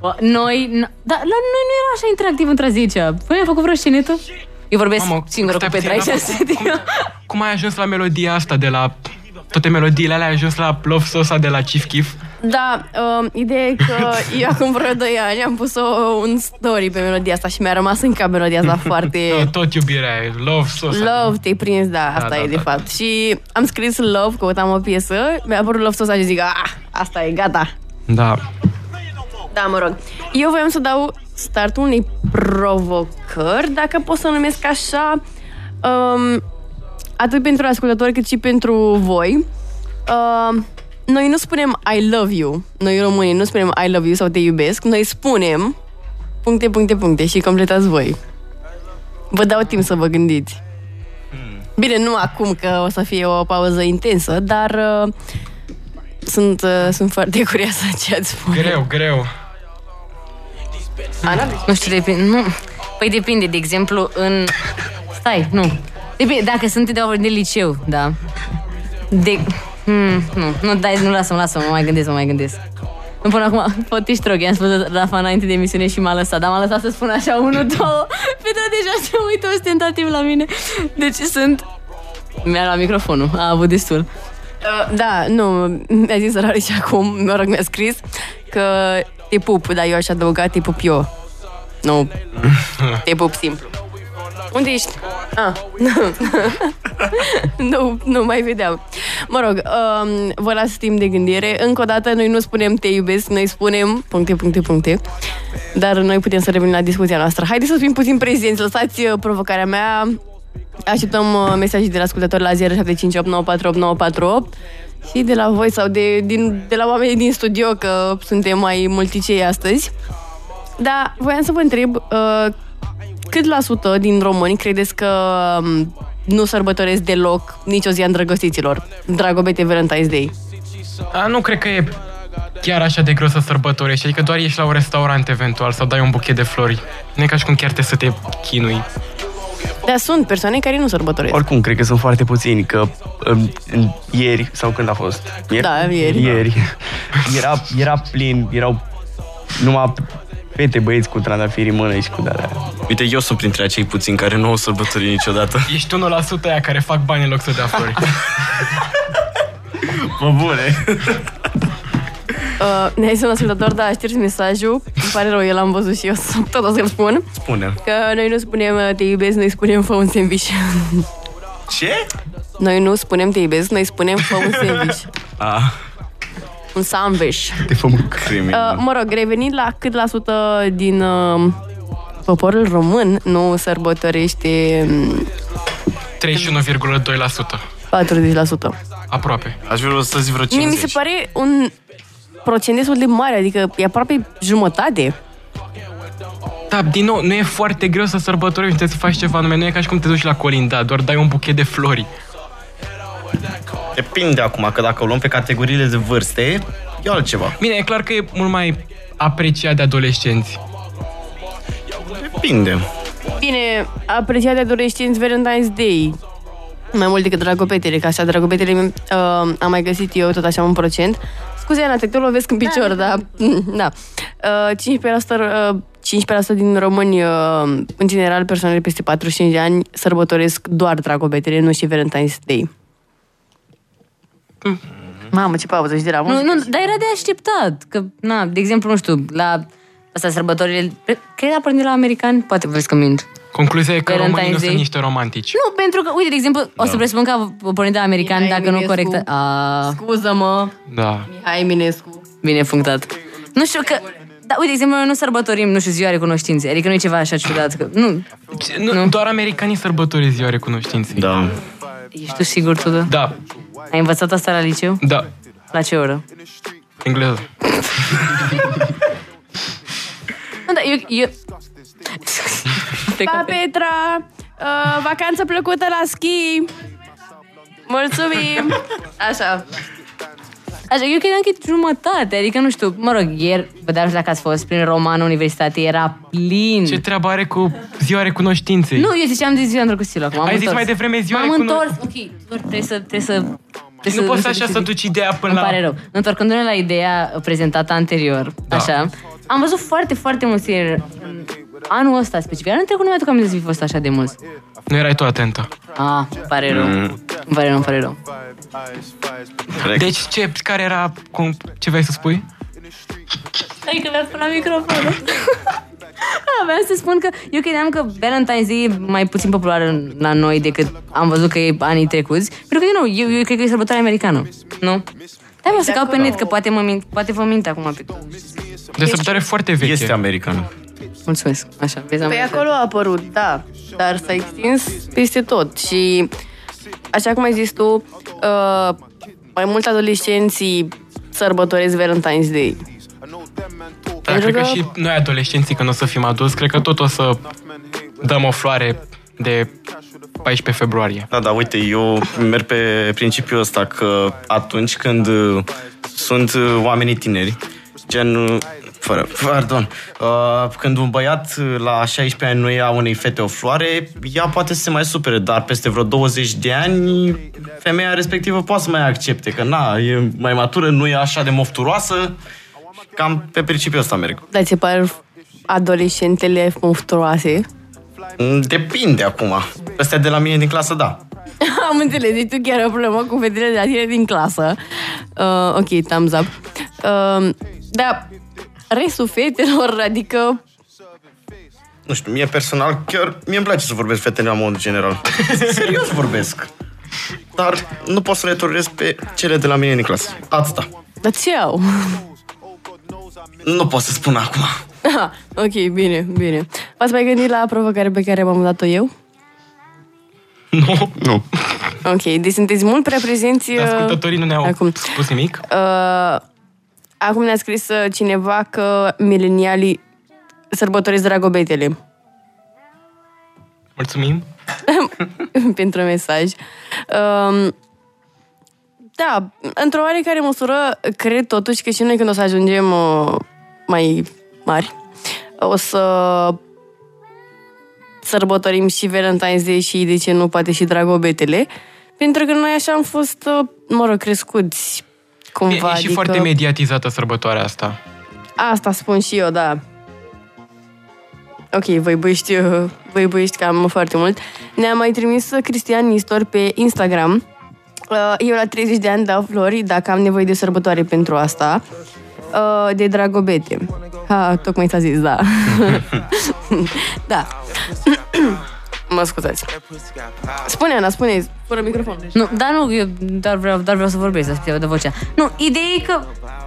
S6: Bă, Noi, n- dar la noi nu era așa interactiv într-a zicea. Păi am făcut vreo scenetă? Eu vorbesc
S7: Mamă,
S6: singură cu
S7: stai
S6: Petra aici
S7: puțin,
S6: în
S7: n-am făcut-
S6: studio.
S7: Cum ai ajuns la melodia asta de la... Toate melodiile alea ai ajuns la Love Sosa de la Chief Keef?
S4: Da, uh, ideea e că eu acum vreo 2 ani am pus o, un story pe melodia asta și mi-a rămas în cap melodia asta
S7: Da,
S4: foarte...
S7: tot iubirea e Love Sosa.
S4: Love, te-ai prins, da, asta
S7: da,
S4: e de
S7: da,
S4: fapt. Și am scris Love, căutam o piesă, mi-a apărut Love Sosa și zic, ah, asta e, gata,
S7: Da.
S4: Da, mă rog. Eu voiam să dau startul unei provocări, dacă pot să o numesc așa, um, atât pentru ascultători cât și pentru voi. Um, noi nu spunem I love you, noi românii nu spunem I love you sau te iubesc, noi spunem puncte, puncte, puncte și completați voi. Vă dau timp să vă gândiți. Bine, nu acum că o să fie o pauză intensă, dar uh, sunt, uh, sunt foarte curioasă ce ați spune.
S7: Greu, greu.
S6: Nu știu, depinde. Nu. Păi depinde, de exemplu, în... Stai, nu. Depinde, dacă sunt de de liceu, da. De... Hmm, nu, nu, dai, nu, lasă-mă, lasă-mă, mă mai gândesc, mă mai gândesc. Nu până acum, pot ești rog, i-am spus Rafa înainte de emisiune și m-a lăsat, dar m-a lăsat să spun așa, unul, două, Petra deja se uită ostentativ la mine. Deci sunt... Mi-a luat microfonul, a avut destul.
S4: Uh, Da, nu, mi-a zis Rare și acum, mă rog, mi-a scris că te pup, dar eu aș adăuga te pup eu. Nu, te pup simplu. Unde ești? Ah, nu, nu mai vedeam. Mă rog, um, vă las timp de gândire. Încă o dată, noi nu spunem te iubesc, noi spunem puncte, puncte, puncte. Dar noi putem să revenim la discuția noastră. Haideți să fim puțin prezenți, lăsați uh, provocarea mea. Așteptăm uh, mesaje de la ascultători la 0758948948 și de la voi sau de, din, de la oamenii din studio, că suntem mai multicei astăzi. Dar voiam să vă întreb uh, cât la sută din români credeți că um, nu sărbătoresc deloc nicio zi a îndrăgostiților? Dragobete Valentine's Day.
S7: A, nu cred că e chiar așa de greu să sărbătorești, adică doar ieși la un restaurant eventual sau dai un buchet de flori. Nu e ca și cum chiar te să te chinui.
S4: Dar sunt persoane care nu sărbătoresc.
S9: Oricum, cred că sunt foarte puțini, că în, în, ieri, sau când a fost? Ieri?
S4: Da, ieri.
S9: Ieri. Era, era plin, erau numai fete băieți cu trandafiri în mână și cu de
S8: Uite, eu sunt printre acei puțini care nu au sărbătorit niciodată.
S7: Ești 1% aia care fac bani în loc să dea flori.
S8: Mă bune!
S4: Uh, ne-ai sunat ascultător, dar a șters mesajul. Îmi pare rău, eu l-am văzut și eu sunt- tot o să-l spun.
S8: Spune.
S4: Că noi nu spunem uh, te iubesc, noi spunem fă un sandwich.
S8: Ce?
S4: Noi nu spunem te iubesc, noi spunem fă un sandwich.
S8: Ah,
S4: Un sandwich. Uh,
S8: criminal.
S4: mă rog, revenind la cât la sută din uh, poporul român nu sărbătorește um,
S7: 31,2%.
S4: 40%.
S7: Aproape.
S8: Aș vrea să zic vreo
S4: Mie
S8: 50.
S4: mi se pare un procent destul de mare, adică e aproape jumătate.
S7: Da, din nou, nu e foarte greu să sărbătorești, trebuie să faci ceva anume. Nu e ca și cum te duci la colinda, doar dai un buchet de flori.
S8: Depinde acum, că dacă o luăm pe categoriile de vârste, e altceva.
S7: Bine, e clar că e mult mai apreciat de adolescenți.
S8: Depinde.
S4: Bine, apreciat de adolescenți Valentine's Day. Mai mult decât dragopetele, că așa dragopetele uh, am mai găsit eu tot așa un procent. Scuze, Ana, te tot lovesc în picior, da. da. Uh, 15%, uh, 15% din români, uh, în general persoanele peste 45 de ani, sărbătoresc doar dragopetele, nu și Valentine's Day. Mamă, ce pauză și de la
S6: Mm. Nu,
S4: muzică.
S6: nu, dar era de așteptat. Că, na, de exemplu, nu știu, la asta sărbătorile... Cred că apărând de la americani, poate vezi că mint.
S7: Concluzia e că
S6: Valentine's
S7: românii nu
S6: Day.
S7: sunt niște romantici.
S6: Nu, pentru că, uite, de exemplu, da. o să presupun că a pornit de la americani,
S4: Mihai
S6: dacă nu
S4: Eminescu.
S6: corectă. A,
S4: Scuză-mă,
S7: Da.
S4: Mihai Minescu.
S6: bine punctat. Nu știu că... Da, uite, de exemplu, noi nu sărbătorim, nu știu, ziua recunoștinței. Adică nu e ceva așa ciudat. Că, nu,
S7: Ce- Nu, nu. Doar americanii sărbători ziua recunoștinței.
S8: Da.
S6: ești tu sigur, Tudor?
S7: Da,
S6: Ai învățat asta la liceu?
S7: da.
S6: La ce oră?
S7: Engleză.
S6: Hmm. Nu, da, eu... eu... Plecă
S4: Pa,
S6: pe-
S4: Petra! Uh, vacanță plăcută la schi! Mulțumim! Așa. Păi
S6: Așa, eu credeam că e jumătate, adică nu știu, mă rog, ieri, vă dați dacă ați fost prin romană universitate, era plin.
S7: Ce treabă are cu ziua recunoștinței?
S6: Nu, eu ziceam de ziua îndrăgostirilor. acum, am
S7: Ai zis
S6: întors.
S7: mai devreme ziua
S6: M-am
S7: recuno-
S6: întors, ok, doar trebuie să... Trebuie să trebuie
S7: Nu poți
S6: știu
S7: așa
S6: ce
S7: să
S6: zic.
S7: duci ideea până
S6: Îmi
S7: la...
S6: pare rău. Întorcându-ne la ideea prezentată anterior, da. așa, am văzut foarte, foarte mulți ieri, în anul ăsta specific. Anul trecut nu mi-aduc aminte să fi fost așa de mulți.
S7: Nu erai tu atentă.
S6: Ah, îmi pare rău. Mm. Îmi pare rău, îmi pare rău.
S7: Deci ce, care era, cum, ce vrei să spui?
S6: Hai că mi-a sunat microfonul. Da, Vreau să spun că eu credeam că Valentine's Day e mai puțin popular în- la noi decât am văzut că e anii trecuți. Pentru că, you know, eu, eu cred că e sărbătoare americană. Nu? Da, vreau să caut pe net, că poate, mă mint, poate vă mint acum. Pe...
S7: De sărbătoare foarte veche.
S8: Este american.
S6: Mulțumesc. Așa, vezi, am
S4: Păi acolo a apărut, da, dar s-a extins peste tot și, așa cum ai zis tu, uh, mai mult adolescenții sărbătoresc Valentine's Day.
S7: Da,
S4: Pentru
S7: cred că
S4: că-
S7: și noi adolescenții când o să fim adulți, cred că tot o să dăm o floare de 14 februarie.
S8: Da, da, uite, eu merg pe principiul ăsta că atunci când uh, sunt uh, oamenii tineri, gen, uh, fără, pardon, uh, când un băiat uh, la 16 ani nu ia unei fete o floare, ea poate să se mai supere, dar peste vreo 20 de ani, femeia respectivă poate să mai accepte, că na, e mai matură, nu e așa de mofturoasă, cam pe principiul ăsta merg.
S4: Dar ți se par adolescentele mufturoase?
S8: Mm, Depinde acum. Ăstea de la mine din clasă, da.
S4: Am înțeles, deci tu chiar ai o problemă cu fetele de la tine din clasă. Uh, ok, thumbs up. Uh, da, restul fetelor, adică...
S8: Nu știu, mie personal chiar mie îmi place să vorbesc fetele la mod general. Serios vorbesc. Dar nu pot să le tolerez pe cele de la mine din clasă. Asta.
S4: Dar ce au?
S8: Nu pot să spun acum.
S4: Ah, ok, bine, bine. V-ați mai gândit la provocarea pe care m-am dat-o eu?
S7: Nu.
S8: Nu.
S4: Ok, deci sunteți mult prea prezenți... uh,
S7: Ascultătorii nu ne-au
S4: Acum.
S7: spus nimic.
S4: Uh, acum ne-a scris uh, cineva că milenialii sărbătoresc dragobetele
S7: Mulțumim.
S4: pentru mesaj. Um, da, într-o oarecare măsură, cred totuși că și noi când o să ajungem uh, mai mari, o să sărbătorim și Valentine's Day și, de ce nu, poate și dragobetele, pentru că noi așa am fost, uh, mă rog, crescuți
S7: E,
S4: cumva. adică-
S7: e și foarte mediatizată sărbătoarea asta.
S4: Asta spun și eu, da. Ok, vă iubești, uh, vă iubești cam foarte mult. Ne-a mai trimis uh, Cristian Nistor pe Instagram. Uh, Eu la 30 de ani dau flori dacă am nevoie de sărbătoare pentru asta. Uh, De dragobete. Ha, tocmai s-a zis, da. da. mă scuzați. Spune, Ana, spune, fără microfon.
S6: Nu, dar nu, eu doar vreau, doar vreau să vorbesc despre de vocea. Nu, ideea e că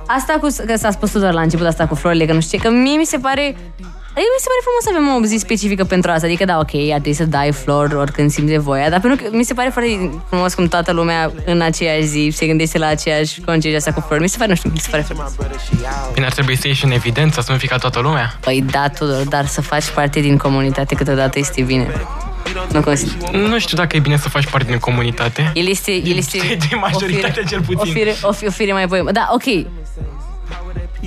S6: asta cu, că s-a spus doar la început asta cu florile, că nu știu ce, că mie mi se pare Adică mi se pare frumos să avem o zi specifică pentru asta. Adică, da, ok, ar trebui să dai flori oricând simți voia, dar pentru că mi se pare foarte frumos cum toată lumea în aceeași zi se gândește la aceeași concedia asta cu flori. Mi se pare, nu știu, mi se pare frumos.
S7: Bine, ar trebui să ieși în evidență, să nu fii ca toată lumea.
S6: Păi da, Tudor, dar să faci parte din comunitate câteodată este bine. Nu consider.
S7: Nu știu dacă e bine să faci parte din comunitate.
S6: El este... El este
S7: de majoritatea,
S6: o fire-
S7: cel puțin.
S6: O fire, o, fi- o fire mai voie. Da, ok.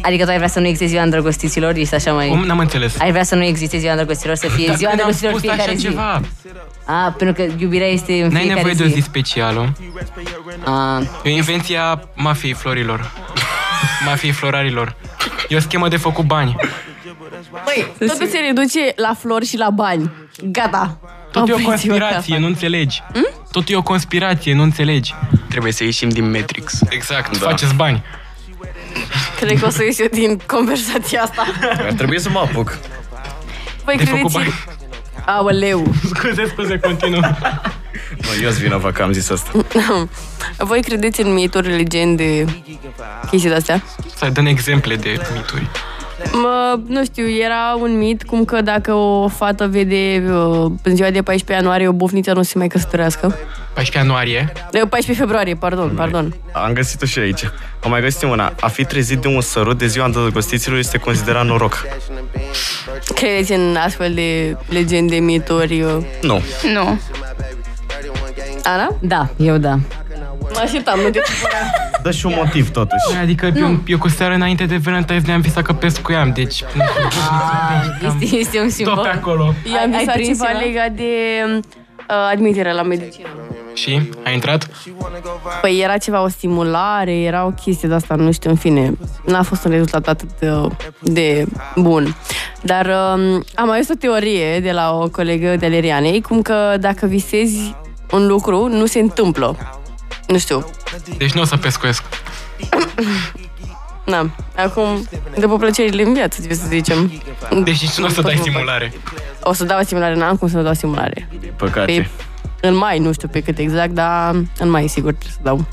S6: Adică tu ai vrea să nu existe ziua îndrăgostiților? Ești așa mai...
S7: Cum n-am înțeles?
S6: Ai vrea să nu existe ziua îndrăgostiților, să fie
S7: Dar
S6: ziua
S7: când am
S6: îndrăgostiților
S7: spus
S6: fiecare
S7: așa
S6: zi.
S7: ceva?
S6: A, pentru că iubirea este în
S7: N-ai
S6: fiecare
S7: nevoie de o zi specială.
S6: A,
S7: E o invenție a mafiei florilor. mafiei florarilor. E o schemă de făcut bani.
S4: Băi, totul se reduce la flori și la bani. Gata.
S7: Tot e o
S4: Opriți-vă
S7: conspirație, nu înțelegi.
S6: Hm?
S7: Tot e o conspirație, nu înțelegi.
S9: Trebuie să ieșim din Matrix.
S7: Exact,
S9: Da.
S7: faceți bani.
S4: Cred că o să ies eu din conversația asta.
S8: Ar trebui să mă apuc.
S4: Păi
S7: De făcut
S4: credeți...
S7: bani.
S4: Aoleu.
S7: Scuze, scuze, continuă.
S8: Mă, eu sunt vinovat că am zis asta.
S4: Voi credeți în mituri, legende, chestii de-astea?
S7: Să dăm exemple de mituri.
S4: Mă, nu știu, era un mit cum că dacă o fată vede uh, în ziua de 14 ianuarie o bufniță nu se mai căsătorească.
S7: 14 ianuarie.
S4: Eh, 14 februarie, pardon, pardon.
S8: Am găsit-o și aici. Am mai găsit una. A fi trezit de un sărut de ziua îndrăgostiților este considerat noroc.
S4: Credeți în astfel de legende, mituri? uh?
S8: Nu.
S5: Nu.
S4: Ana?
S6: da, eu da.
S4: Mă așteptam, nu te
S8: Dă și un motiv totuși.
S7: Adică eu, eu cu seara înainte de Valentine's ne-am visat că pescuiam, deci... nu știu,
S6: Este, este un
S7: Tot pe
S6: simbol.
S7: acolo.
S4: I-am
S6: Ai- ai
S4: visat
S6: prins
S4: ceva
S6: ceva?
S4: legat de uh, admiterea la medicină.
S7: Și? A intrat?
S4: Păi era ceva, o stimulare, era o chestie de asta, nu știu, în fine. N-a fost un rezultat atât de, de bun. Dar um, am mai o teorie de la o colegă de Lerianei, cum că dacă visezi un lucru, nu se întâmplă. Nu știu.
S7: Deci nu o să pescuiesc.
S4: Na, acum, după plăcerile în viață, trebuie să zicem.
S7: Deci nici nu o să dai simulare.
S4: O să dau simulare, n-am cum să dau simulare. Pe, Păi.
S8: Păcate.
S4: în mai, nu știu pe cât exact, dar în mai sigur trebuie să dau.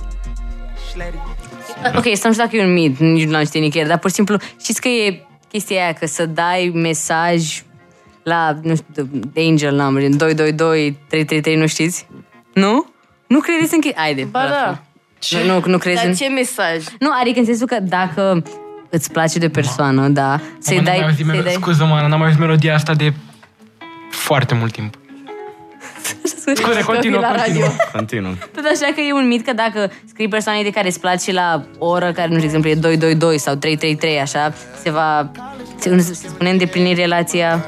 S6: Ok, să nu știu dacă e un mit, nici nu l-am citit nicăieri, dar pur și simplu știți că e chestia aia, că să dai mesaj la, nu știu, de angel number, în 222, 333, nu știți? Nu? Nu credeți în chestia? Haide,
S4: Ba
S6: la
S4: da.
S6: fel. Nu, nu, nu crezi în...
S4: Dar ce mesaj?
S6: Nu, adică în sensul că dacă îți place de o persoană, da, să-i
S7: Mă, n-am mai
S6: dai...
S7: auzit
S6: Să-i
S7: melo-
S6: dai...
S7: Scuză, mă, n-am mai auzit melodia asta de foarte mult timp. Scuze, continuă,
S4: la radio.
S7: continuă.
S8: Continuă.
S6: Tot așa că e un mit că dacă scrii persoanei de care îți place la o oră, care, nu știu, de exemplu, e 222 sau 333, așa, se va... Se, nu, se spune îndeplini relația...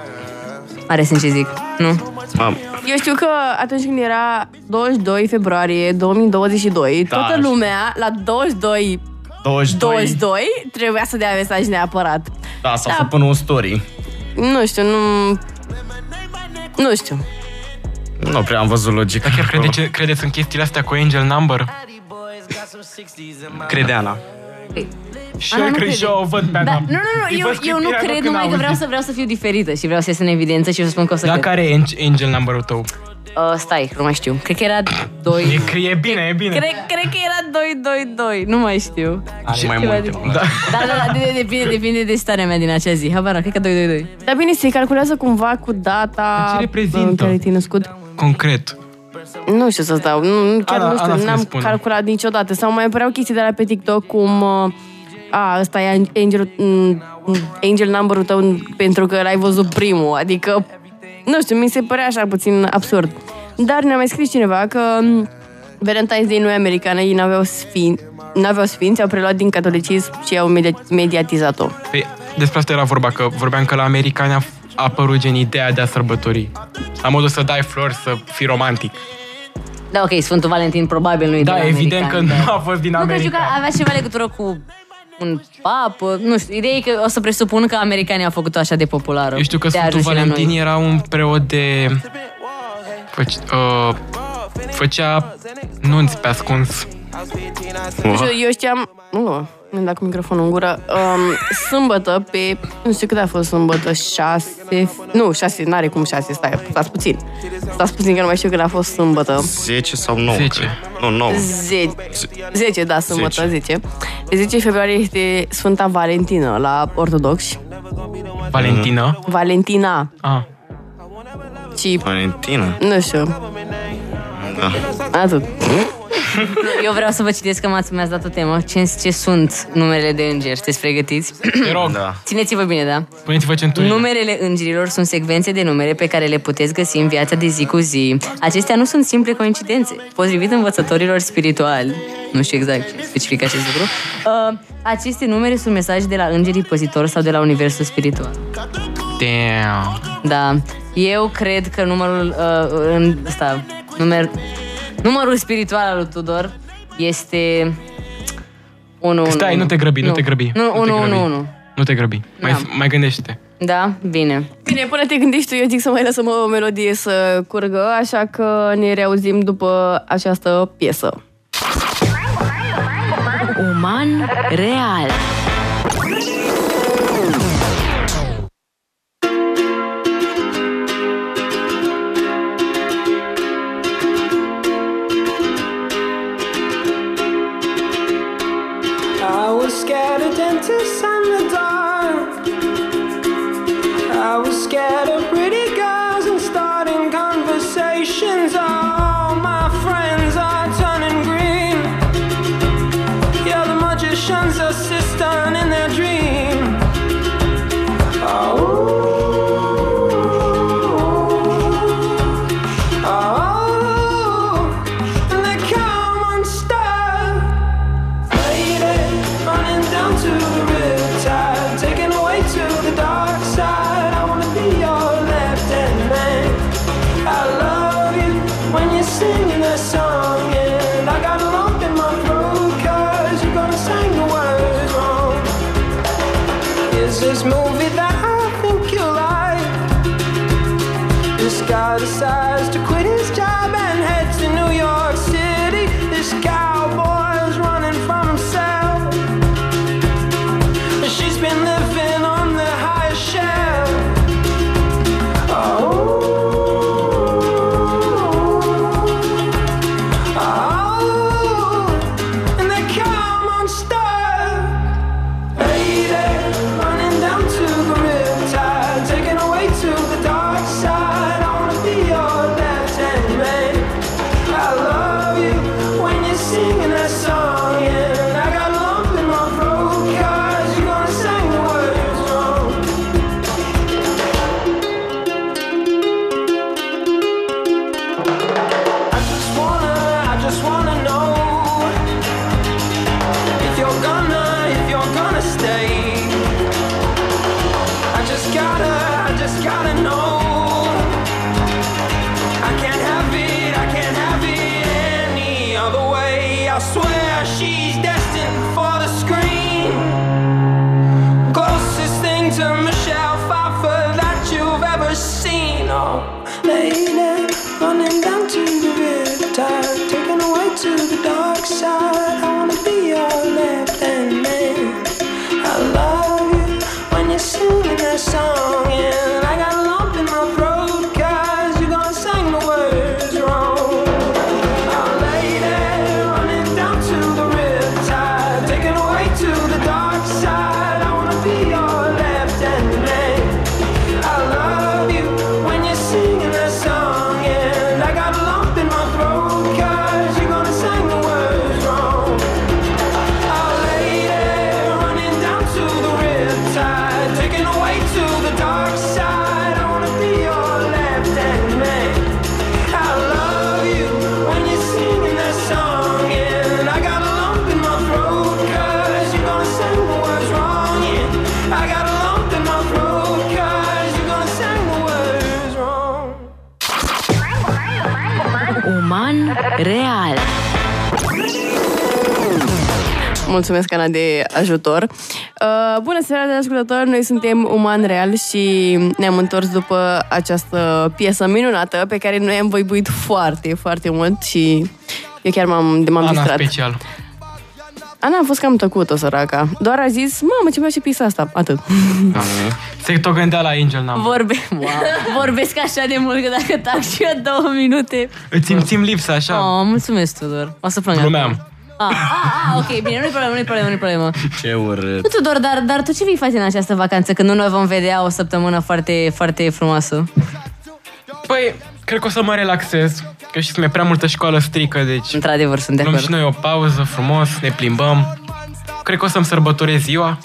S6: Are sens ce zic, nu?
S8: Mam,
S4: Eu știu că atunci când era 22 februarie 2022, da,
S8: Da,
S4: toată
S8: știu.
S4: lumea la 22
S8: 22.
S4: 22 trebuia să dea mesaj neapărat.
S8: Da, sau
S4: Da.
S8: să pun un story.
S4: Nu știu, nu... Nu știu.
S8: Nu prea am văzut logic.
S7: Chiar crede, credeți în chestiile astea cu Angel Number?
S9: Crede Ana.
S7: Și
S6: Ana
S7: eu
S6: nu
S7: cred
S6: crede.
S7: și eu o văd pe
S6: Da,
S7: Ana.
S6: nu, nu, nu,
S7: Îi
S6: eu,
S7: văd
S6: eu nu
S7: sclipirea doar
S6: cred,
S7: când
S6: numai că
S7: auzi.
S6: vreau să, vreau să fiu diferită și vreau să ies în evidență și eu să spun că o să
S7: Dar
S6: cred.
S7: care e Ang- Angel Number-ul tău?
S6: Uh, stai, că nu mai știu. Cred că era 2...
S7: E, că e bine, e bine.
S6: Cred, cred că era 2-2-2, nu mai știu.
S9: Are mai multe. Da.
S6: Dar da, da, de- depinde, depinde de starea mea din acea zi. Habar, n-am, cred că 2-2-2.
S4: Dar bine, se calculează cumva cu data
S7: Dar ce reprezintă?
S4: în care te-ai născut.
S7: Concret.
S4: Nu știu să stau, nu, nu- chiar
S7: Ana-
S4: nu știu,
S7: Ana să ne
S4: n-am
S7: spună.
S4: calculat niciodată. Sau mai apăreau chestii de la pe TikTok cum... uh, A, ăsta e angel, mm, angel number-ul tău pentru că l-ai văzut primul. Adică, nu știu, mi se părea așa puțin absurd. Dar ne-a mai scris cineva că m, Valentine's Day nu e americană, ei n-aveau sfinți, n-aveau sfinți, au preluat din catolicism și au media- mediatizat-o.
S7: Păi, despre asta era vorba, că vorbeam că la americani a f- a apărut gen ideea de a sărbători. La modul să dai flori, să fii romantic.
S6: Da, ok, Sfântul Valentin probabil nu-i de
S7: Da,
S6: la
S7: evident că
S6: americani, da.
S7: nu a fost din
S6: Nu, că știu că
S7: America.
S6: avea ceva legătură cu un papă, nu știu, ideea e că o să presupun că americanii au făcut-o așa de populară.
S7: Eu știu că
S6: de a
S7: Sfântul
S6: ajunge la
S7: Valentin
S6: noi.
S7: era un preot de... Făce, uh, făcea nunți pe ascuns.
S4: Nu știu, eu știam... Nu, mi-am dat cu microfonul în gură. Um, sâmbătă pe... Nu știu cât a fost sâmbătă, șase... Nu, șase, n-are cum șase, stai, stați puțin. Stați puțin că nu mai știu cât a fost sâmbătă.
S8: 10 sau 9?
S7: Zece.
S9: Mm-hmm.
S8: Nu, 9.
S4: 10, 10 da, sâmbătă, 10. Pe 10 februarie este Sfânta Valentină la ortodoxi.
S7: Valentina.
S6: Mm-hmm.
S4: Valentina
S7: Ah.
S4: și...
S8: Valentina.
S4: Nu știu,
S8: Da.
S4: atât.
S6: Eu vreau să vă citesc că m-ați, mi-ați dat o temă. Ce, ce sunt numerele de îngeri? Sunteți pregătiți?
S7: Te rog,
S8: Da.
S6: Țineți-vă bine, da?
S7: puneți-vă centurile.
S6: Numerele îngerilor sunt secvențe de numere pe care le puteți găsi în viața de zi cu zi. Acestea nu sunt simple coincidențe. Potrivit învățătorilor spirituali, nu știu exact ce specific acest lucru, uh, aceste numere sunt mesaje de la îngerii păzitori sau de la universul spiritual.
S7: Damn.
S6: Da, eu cred că numărul uh, în, asta, numer, numărul spiritual al lui Tudor este 1
S7: Stai, nu te grăbi, nu, te grăbi.
S6: Nu,
S7: te
S6: 1
S7: grăbi.
S6: 1 1.
S7: Nu te grăbi. Mai,
S6: Da.
S7: mai gândește-te.
S6: Da, bine.
S4: Bine, până te gândești tu, eu zic să mai lăsăm o melodie să curgă, așa că ne reauzim după această piesă.
S1: Uman real.
S3: I was scared of dentists and the dark. I was scared of pretty girls and starting conversations. All my friends are turning green. You're the magician's assistant in their dream. Oh. Oh. And they come unstuck running down to the riptide, taken away to the dark side. I wanna be your left hand man. I love you when you're singing that song, and I got a lump in my throat 'cause you're gonna sing the words wrong. Is this movie that I think you like? This guy decides to quit his job and heads to New York City. This cowboy's running from himself. She's been living on the highest shelf. Oh. Oh. And they come unstuck. Running down to the riptide, taken away to the dark side. I wanna be your left hand man. I love you when you're singing that song, and I got a lump in my throat 'cause you're gonna sing the words wrong. I just wanna, I just wanna know. If you're gonna, if you're gonna stay, I just gotta, I just gotta know. I can't have it, I can't have it any other way. I swear she's destined for the screen. Closest thing to Michelle Pfeiffer that you've ever seen. Oh, lady, running song and I got a lump in my throat Cause you gonna sing the words wrong Our lady running down to the riptide Taken away to the dark side I wanna be your left hand man I love you when you're singing that song And I got a lump in my throat Cause you're gonna sing the words wrong Our lady running down to the riptide Taken away to the dark side I wanna be your left hand man I love you when you're singing that song And I got a lump in my throat Cause you're gonna sing the words wrong Yeah, I got a lump in my throat Cause you're gonna sing the words wrong
S1: Uman real.
S4: Mulțumesc, Ana, de ajutor. Uh, bună seara, dragi ascultători! Noi suntem Uman Real și ne-am întors după această piesă minunată pe care noi am voibuit foarte, foarte mult și eu chiar m-am, m-am
S7: Ana
S4: distrat.
S7: special.
S4: Ana a fost cam tăcută, săraca. Doar a zis, mamă, ce place piesa asta. Atât.
S7: Doamne. Se tot gândea la Angel n
S6: Vorbe... Wow. Vorbesc așa de mult că dacă tac și eu două minute...
S7: Îți simțim lipsa, așa.
S6: Oh, mulțumesc, Tudor. O să plâng.
S7: Da. Glumeam.
S6: Ah, ah, ah, ok, bine, nu-i problemă, nu-i problemă, nu-i problemă.
S8: Ce urât.
S6: Nu, Tudor, dar, dar tu ce vei face în această vacanță? Că nu noi vom vedea o săptămână foarte, foarte frumoasă.
S7: Păi, cred că o să mă relaxez, că știți, mi-e prea multă școală strică, deci
S6: Într-adevăr, sunt de
S7: luăm și
S6: acord.
S7: noi o pauză frumos, ne plimbăm. Cred că o să-mi sărbătorez ziua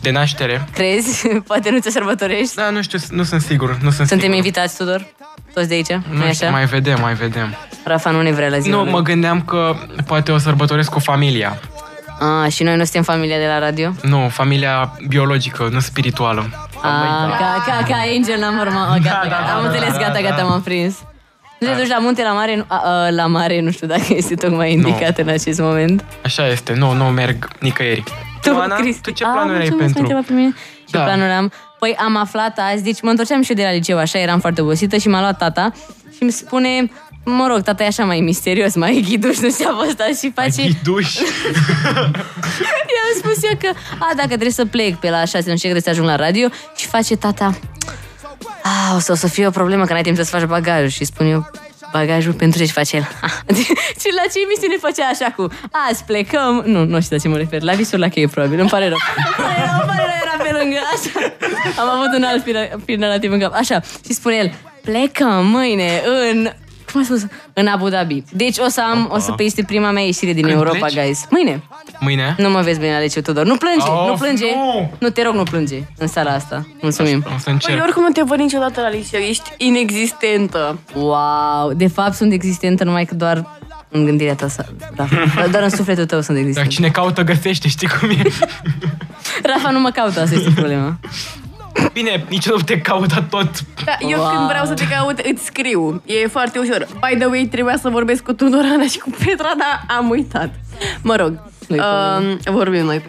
S7: de naștere.
S6: Crezi? Poate nu te sărbătorești?
S7: Da, nu știu, nu sunt sigur, nu sunt
S6: Suntem
S7: sigur.
S6: invitați, Tudor? Toți de aici? Nu
S7: Nu știu,
S6: așa?
S7: mai vedem, mai vedem.
S6: Rafa nu ne vrea la ziua
S7: Nu,
S6: lui.
S7: mă gândeam că poate o sărbătoresc cu familia.
S6: Ah, și noi nu suntem familia de la radio?
S7: Nu, familia biologică, nu spirituală.
S6: Ah, ca, ca, ca Angel n-am urmat. Ah,
S7: Da,
S6: gata, gata, am înțeles, gata, gata, m-am prins. Nu te duci la munte, la mare, nu, a, a, la mare, nu știu dacă este tocmai indicat în acest moment.
S7: Așa este, nu, nu merg nicăieri.
S6: Tu,
S7: Ana,
S6: Cristi.
S7: tu ce
S6: Ah,
S7: planuri ai
S6: mulțumesc,
S7: pentru?
S6: m-ai întrebat pe mine. Ce
S7: Da.
S6: planuri am? Păi am aflat azi, deci mă întorceam și eu de la liceu, așa, eram foarte obosită și m-a luat tata și îmi spune, mă rog, tata e așa mai misterios, mai ghiduș, nu știu, a fost asta și face...
S7: Ghiduș.
S6: I-am spus eu că, a, dacă trebuie să plec pe la 6, nu știu, ce, trebuie să ajung la radio și face tata, a, o să, o să fie o problemă că n-ai timp să-ți faci bagajul și spun eu, bagajul pentru ce-și face el. și la ce emisiune făcea așa cu azi plecăm, nu, nu știu la ce mă refer, la visul la cheie probabil, îmi pare rău. Îmi pare rău, îmi pare rău, era pe lângă, așa. Am avut un alt fira- fir narativ în cap, așa. Și spune el, plecăm mâine în cum a spus? În Abu Dhabi. Deci o să am, o să pe este prima mea ieșire din
S7: Când
S6: Europa,
S7: pleci?
S6: guys. Mâine.
S7: Mâine?
S6: Nu mă vezi bine la liceu, Tudor. Nu plânge,
S7: Of,
S6: nu plânge.
S7: nu!
S6: Nu, te rog, nu plânge în sala asta. Mulțumim.
S7: O
S4: Păi,
S7: să
S4: eu
S7: încerc.
S4: oricum nu te văd niciodată la liceu, ești inexistentă.
S6: Wow, de fapt sunt existentă numai că doar în gândirea ta, sa- Rafa. Doar în sufletul tău sunt
S7: Dacă
S6: existentă.
S7: cine caută, găsește, știi cum e?
S6: Rafa nu mă caută, asta este problema.
S7: Bine, niciodată te caută tot.
S4: Da, eu wow. când vreau să te caut, îți scriu. E foarte ușor. By the way, trebuia să vorbesc cu Tudor Ana și cu Petra, dar am uitat. Mă rog,
S6: Nu-i
S4: uh, vorbim noi.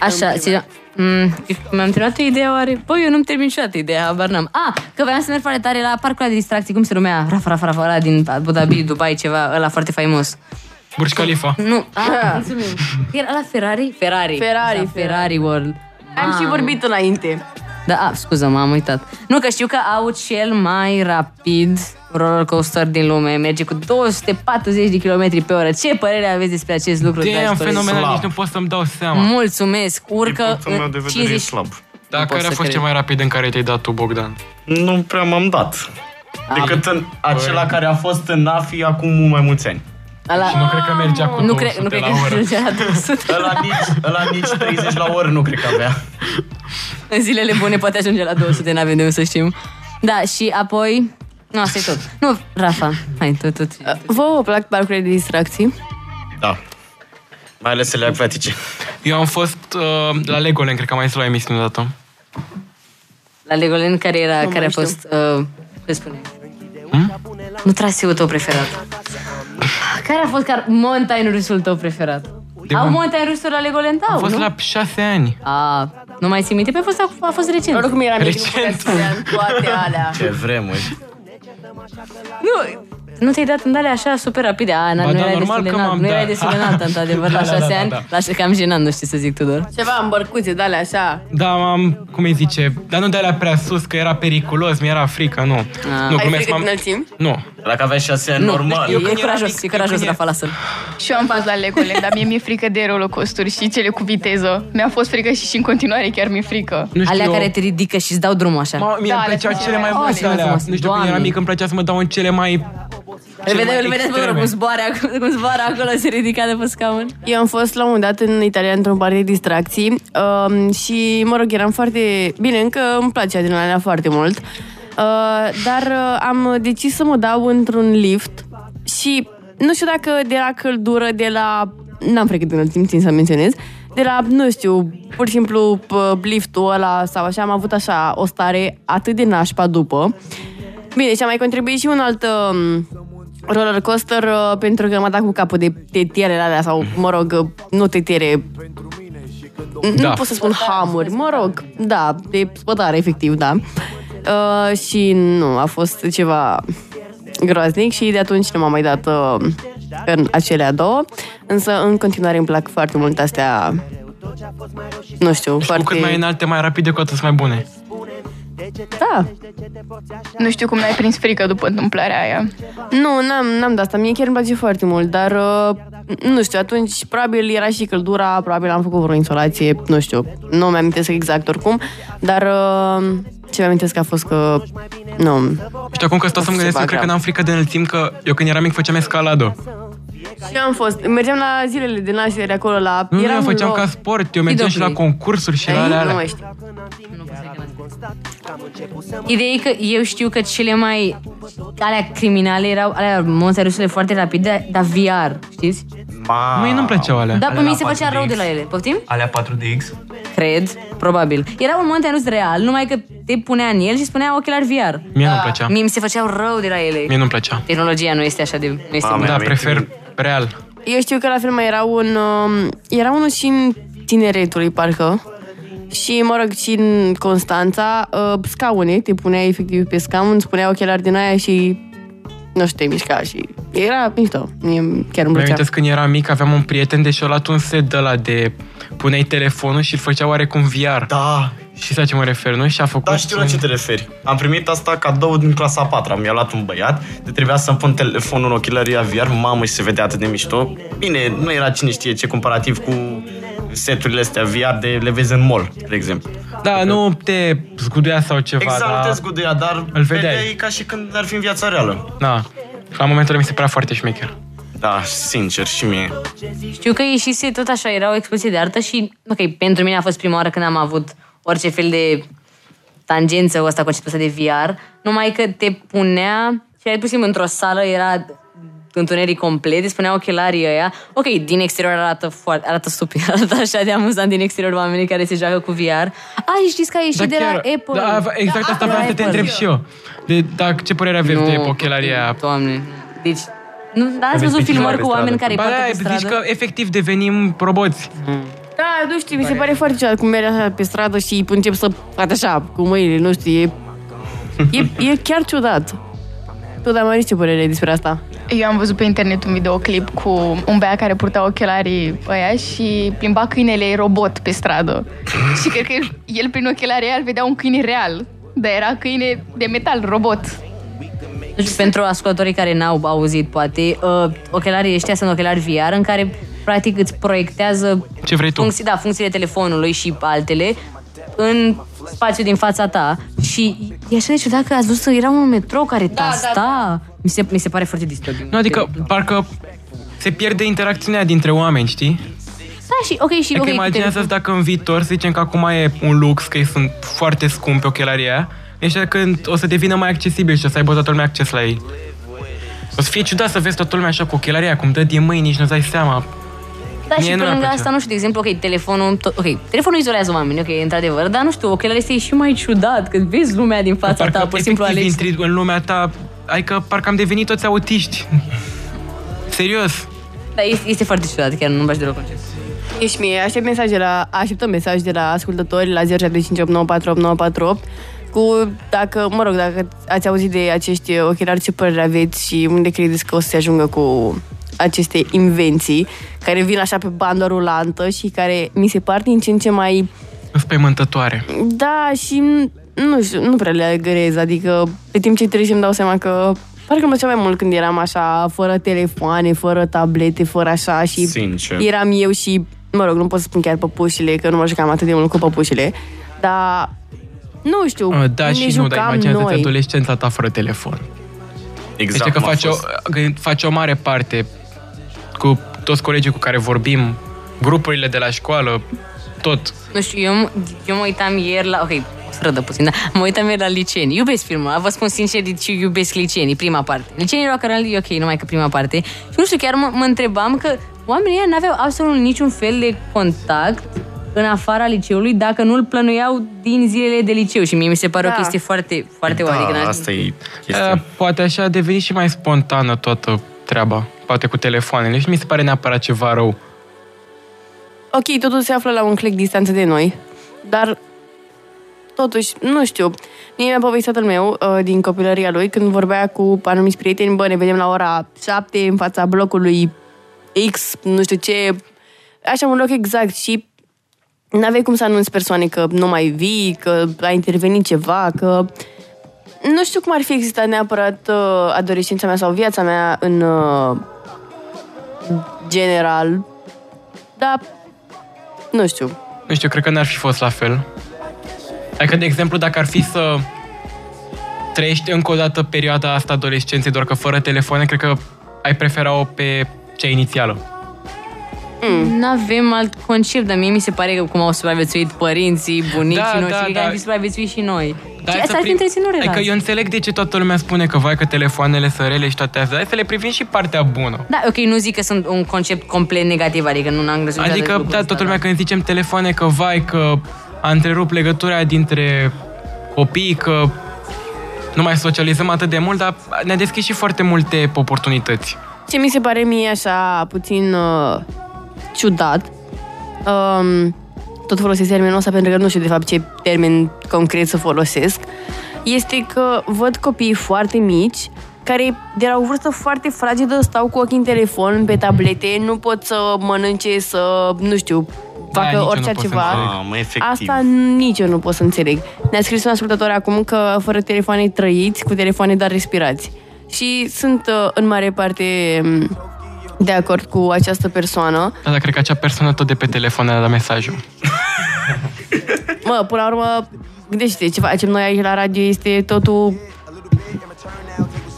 S6: Așa, ți Mm, mi-am terminat o idee oare? Păi eu nu-mi termin niciodată ideea, habar n-am. Ah, că voiam să merg foarte tare la parcul ăla de distracții, cum se numea? Rafa, Rafa, Rafa, ăla din Abu Dhabi, Dubai, ceva, ăla foarte faimos.
S7: Burj Khalifa.
S6: Nu, ah, mulțumim. Era la Ferrari? Ferrari.
S4: Ferrari,
S6: Da, Ferrari World.
S4: Am și
S6: Mamă.
S4: vorbit înainte.
S6: Da, a, scuză, m-am uitat. Nu, că știu că au cel mai rapid roller coaster din lume. Merge cu 240 de km pe oră. Ce părere aveți despre acest lucru? dragi
S7: Damn,
S6: colegi?
S7: fenomenal,
S8: slab.
S7: nici nu pot să-mi dau seama.
S6: Mulțumesc! Urcă
S8: Punctul meu
S6: în
S8: de vedere e
S6: 50...
S8: slab.
S7: Dar
S6: pot
S7: care a
S6: să
S7: fost
S6: cred.
S7: cel mai rapid în care te-ai dat tu, Bogdan?
S8: Nu prea m-am dat. Decât în acela care a fost în AFI acum mai mulți ani.
S6: Ăla...
S7: Și nu cred că mergea cu
S6: Nu
S7: 200
S6: cred, nu cred
S7: la oră.
S6: că la 200.
S8: Ăla nici, ăla nici 30 la oră nu cred că avea.
S6: În zilele bune poate ajunge la 200, n-avem de unde să știm. Da, și apoi... Nu, asta e tot. Nu, Rafa, hai, tot, tot.
S4: Vă plac parcurile de distracții?
S8: Da. Mai ales ele acvatice.
S7: Eu am fost uh, la Legoland, cred că am mai zis la emisiune odată.
S6: La Legoland, care, era, care a
S4: mai știu.
S6: fost... Uh, ce spune?
S7: Hmm?
S6: Nu traseul tău preferat. Care a fost car mountain rusul tău preferat?
S7: Ah. De
S6: Au
S7: mult.
S6: mountain rusul la Legoland?
S7: Am
S6: Au,
S7: fost
S6: nu?
S7: la șase ani.
S6: A, nu mai țin minte? Pe a fost, a fost recent.
S4: Oricum eram mic, nu
S7: Recent.
S4: puteam să le am toate alea.
S8: Ce vremuri.
S4: Nu,
S6: Nu ți-ai dat în alea așa super rapide. A, na,
S7: Ba
S6: nu
S7: da,
S6: erai
S7: normal
S6: destul de
S7: că
S6: înalt.
S7: m-am
S6: Nu erai
S7: dat.
S6: destul de înalt, într-adevăr, la
S7: Da, da,
S6: șase
S7: da,
S6: ani.
S7: da.
S6: La șase cam jenant, nu știu ce să zic, Tudor.
S4: Ceva în bărcuțe de alea, așa.
S7: Da, m-am, cum îi zice, dar nu de alea prea sus, că era periculos, mi-era frică, nu.
S6: Ah.
S7: nu,
S4: Ai
S7: glumesc,
S4: frică
S7: m-am-
S4: din înălțimi?
S7: Nu.
S8: Dacă avea șase ani,
S6: Nu,
S8: normal.
S6: e, e curajos, e curajos, Rafa, lasă
S5: Și eu am pas la Legoland, dar mie mi-e frică de rollercoaster și cele cu viteză. Mi-a fost frică și, și în continuare chiar mi-e frică.
S7: Nu știu,
S6: Alea
S7: eu-
S6: care te ridică și îți dau drumul așa.
S7: Ma, mie
S5: Da,
S7: îmi
S5: alea
S7: plăceau
S5: sunt
S7: cele mai
S5: cele mai
S7: multe
S6: frumoase.
S7: alea.
S6: Doamne.
S7: Nu știu, când eram mic, îmi plăcea să mă dau în cele mai...
S6: Îl
S7: cele
S6: vede,
S7: mai
S6: îl vedeți pe
S7: extreme.
S6: cum zboară, ac- cum zboară acolo, se ridica de pe scaun.
S4: Eu am fost la un moment dat în Italia într-un bar de distracții um, și, mă rog, eram foarte... Bine, încă îmi place adrenalina foarte mult, uh, dar uh, am decis să mă dau într-un lift și nu știu dacă de la căldură, de la... N-am frică de înălțimi, țin să menționez. De la, nu știu, pur și simplu p- liftul ăla sau așa, am avut așa o stare atât de nașpa după. Bine, și a mai contribuit și un alt... Um, roller coaster uh, pentru că m-a dat cu capul de tetierele alea sau, mă rog, uh, nu tetiere, da.
S7: Da.
S4: nu pot să spun hamuri, mă rog, da, de spătare, efectiv, da. Uh, și nu, a fost ceva groaznic și de atunci nu m-am mai dat uh, în acelea două, însă în continuare îmi plac foarte mult astea, nu știu,
S7: Cu cât mai
S4: foarte...
S7: înalte, mai rapide, cu atât mai bune.
S4: Da,
S5: Nu știu cum n-ai prins frică după întâmplarea aia.
S4: Nu, n-am, n-am de asta. Mie chiar îmi place foarte mult, dar uh, nu știu, atunci probabil era și căldura, probabil am făcut vreo insolație, nu știu, nu mi amintesc exact oricum, dar uh, ce mi amintesc a fost că nu.
S7: Și acum că stau să-mi
S4: Se
S7: gândesc, eu
S4: bagă.
S7: cred că n-am frică de înălțimi, că eu când eram mic făceam escaladă.
S4: Și eu am fost, mergeam la zilele de naștere acolo la
S7: Nu, nu,
S4: eram
S7: eu făceam
S4: loc-
S7: ca sport, eu mergeam și la
S6: Hidroplay.
S7: concursuri și la
S4: Ei,
S7: alea.
S4: nu
S7: alea.
S4: mai știu.
S6: Ideea e că eu știu că cele mai alea criminale erau alea monțe rusele foarte rapide, dar VR, știți?
S8: Ma...
S7: Mie nu-mi plăceau alea.
S6: Dar pe
S8: Alea
S6: mine
S8: la
S6: se făcea
S8: 4DX.
S6: rău de la ele, poftim?
S8: Alea 4DX?
S6: Cred, probabil. Era un monte rus real, numai că te punea în el și spunea ochelar VR.
S7: Mie nu-mi plăcea.
S6: Da. Mie mi se făceau rău de la ele.
S7: Mie nu-mi plăcea.
S6: Tehnologia nu este așa de... Nu este
S8: Mamă,
S6: bună.
S7: Da,
S8: amintit.
S7: prefer real.
S4: Eu știu că la fel mai era un... um, Era unul și în tineretului, parcă. Și, mă rog, și în Constanța, uh, scaune, te punea efectiv pe scaun, îți punea ochelari din aia și nu știu, te mișca și era mișto. Mie chiar îmi
S7: Mi-am
S4: plăcea.
S7: amintesc când eram mic, aveam un prieten de și-a luat un set de la de puneai telefonul și îl făcea oarecum VR.
S8: Da,
S7: Și la ce mă refer, nu? Și a făcut...
S8: Da, știu la ce te referi. Am primit asta cadou din clasa 4 Mi-a luat un băiat, de trebuia să-mi pun telefonul în ochelarii aviar, mamă, și se vedea atât de mișto. Bine, nu era cine știe ce comparativ cu seturile astea VR de le vezi în mall, de exemplu.
S7: Da, nu te zguduia sau ceva,
S8: Exact,
S7: dar...
S8: nu te zguduia, dar
S7: da. Îl vedeai.
S8: ca și când ar fi în viața reală.
S7: Da. La momentul ăla mi se părea foarte șmecher.
S8: Da, sincer, și mie.
S6: Știu că ieșise tot așa, era o expoziție de artă și, ok, pentru mine a fost prima oară când am avut orice fel de tangență ăsta conceptul ăsta de VR, numai că te punea și ai pus într-o sală, era întuneric complet, îți spunea ochelarii ăia. Ok, din exterior arată foarte, arată stupid, arată așa de amuzant din exterior oamenii care se joacă cu VR. Ai, știți că a ieșit de la Apple.
S7: Da, av- exact asta vreau să te întreb și eu. De, dacă ce părere aveți de ochelaria?
S6: Doamne, deci... Nu, dar ați
S9: Aveți
S6: văzut
S9: pe cineva
S6: filmări
S9: pe
S6: cu oameni
S9: stradă.
S6: care
S7: Ba
S6: poartă
S7: da,
S6: pe stradă?
S7: zici că efectiv devenim roboți.
S4: Da, nu știu, mi se pare foarte ciudat cum mergi așa pe stradă și încep să faci așa cu mâinile, nu știu, e, e, e chiar ciudat. Tu, dar mai ai ce părere ai despre asta?
S5: Eu am văzut pe internet un videoclip cu un băiat care purta ochelarii ăia și plimba câinele robot pe stradă. și cred că el prin ochelarii ăia îl vedea un câine real, dar era câine de metal, robot.
S6: Nu știu, Deci pentru ascultătorii care n-au auzit, poate, uh, ochelarii ăștia sunt ochelari VR în care, practic, îți proiectează
S7: Ce vrei tu?
S6: funcții, da, funcțiile telefonului și altele în spațiu din fața ta. Și e așa de ciudat că ați văzut că era un metrou care da, tasta. Da, da. Mi, se, mi se pare foarte distopic.
S7: Nu, adică parcă se pierde interacțiunea dintre oameni, știi?
S6: Da, și ok, și
S7: Adică
S6: ok.
S7: okay, imaginează
S6: câte-
S7: dacă în viitor, să zicem că acum e un lux, că ei sunt foarte scumpi ochelarii aia, deci când o să devină mai accesibil și o să aibă toată lumea acces la ei. O să fie ciudat să vezi toată lumea așa cu ochelarii aia, cum dă din mâini, nici nu-ți dai seama.
S6: Da,
S7: Mie
S6: și
S7: nu
S6: pe
S7: mi-ar
S6: lângă
S7: plăcea.
S6: asta, nu știu, de exemplu, ok, telefonul, to- ok, telefonul izolează oamenii, ok, într-adevăr, dar nu știu, ochelarii este și mai ciudat, că vezi lumea din fața
S7: Parcă
S6: ta, pur și simplu
S7: efectiv
S6: alegi.
S7: intri în lumea ta, adică parcă am devenit toți autiști. Serios.
S6: Da, este, este foarte ciudat, chiar nu-mi place deloc concept.
S4: Ești mie, aștept mesaje la, așteptăm mesaj de la ascultători la 075894848 cu, dacă, mă rog, dacă ați auzit de acești ochelari, ce părere aveți și unde credeți că o să se ajungă cu aceste invenții care vin așa pe bandă rulantă și care mi se par din ce în ce mai...
S7: Înspăimântătoare.
S4: Da, și nu știu, nu prea le agrez, adică pe timp ce trece îmi dau seama că Parcă îmi plăcea mai mult când eram așa, fără telefoane, fără tablete, fără așa și
S8: Sincer.
S4: eram eu și, mă rog, nu pot să spun chiar păpușile, că nu mă jucam atât de mult cu păpușile, dar nu știu,
S7: Ah, Da
S4: ne
S7: și nu,
S4: jucam
S7: dar imaginează-ți
S4: noi.
S7: adolescența ta fără telefon.
S8: Exact
S7: Exact deci că
S8: cum a
S7: faci o,
S8: fost.
S4: Da,
S7: că faci o mare parte cu toți colegii cu care vorbim, grupurile de la școală, tot.
S6: Nu știu, eu, eu mă uitam ieri la... Ok, strădă puțin, dar mă uitam ieri la liceeni. Iubesc filmul, ăla, vă spun sincer, deci eu iubesc liceenii, prima parte. Liceenii la care e ok, numai că prima parte. Și nu știu, chiar mă, mă întrebam că oamenii ăia n-aveau absolut niciun fel de contact în afara liceului, dacă nu îl plănuiau din zilele de liceu. Și mie mi se pare
S4: Da.
S6: o chestie foarte, foarte oare.
S8: Da,
S4: adică
S6: când am-
S8: asta e
S7: A,
S8: chestia.
S7: poate așa a devenit și mai spontană toată treaba, poate cu telefoanele și mi se pare neapărat ceva rău.
S4: Ok, totul se află la un click distanță de noi, dar totuși, nu știu, mie mi-a povestit tatăl meu uh, din copilăria lui când vorbea cu anumiți prieteni, bă, ne vedem la ora 7 în fața blocului X, nu știu ce, așa un loc exact și n-aveai cum să anunți persoane că nu mai vii, că a intervenit ceva, că nu știu cum ar fi existat neapărat uh, adolescența mea sau viața mea în uh, general, dar nu știu.
S7: Nu știu, cred că n-ar fi fost la fel. Adică, de exemplu, dacă ar fi să trăiești încă o dată perioada asta adolescenței, doar că fără telefoane, cred că ai prefera-o pe cea inițială.
S6: Nu avem alt concept, dar mie mi se pare că cum au supraviețuit părinții, bunicii
S7: Da, da,
S6: noștri, da,
S7: da.
S6: da. am fi supraviețuit și noi.
S7: Dar
S6: și
S7: hai să
S6: Deci asta ar fi
S7: prim-
S6: întreținut relația.
S7: Adică eu înțeleg de ce toată lumea spune că vai că telefoanele sunt rele și toate astea, dar hai să le privim și partea bună.
S6: Da, ok, nu zic că sunt un concept complet negativ, adică nu am găsit niciodată
S7: Adică,
S6: lucrul
S7: da,
S6: ăsta,
S7: toată lumea
S6: da.
S7: când zicem telefoane că vai, că a întrerupt legătura dintre copii, că nu mai socializăm atât de mult, dar ne-a deschis și foarte multe oportunități.
S4: Ce mi se pare mie așa puțin uh, ciudat, um, tot folosesc termenul ăsta pentru că nu știu de fapt ce termen concret să folosesc, este că văd copii foarte mici care de la o vârstă foarte fragedă stau cu ochii în telefon, pe tablete, nu pot să mănânce, să, nu știu,
S7: Da,
S4: facă
S7: nici eu nu
S4: orice
S7: pot să
S4: altceva.
S7: înțeleg.
S8: Mamă, efectiv.
S4: Asta nici eu nu pot să înțeleg. Ne-a scris un ascultător acum că fără telefoane trăiți, cu telefoane dar respirați. Și sunt uh, în mare parte m, de acord cu această persoană.
S7: Da, dar cred că acea persoană tot de pe telefon ne-a dat mesajul.
S4: Mă, până la urmă, gândește-te, ce facem noi aici la radio este totul...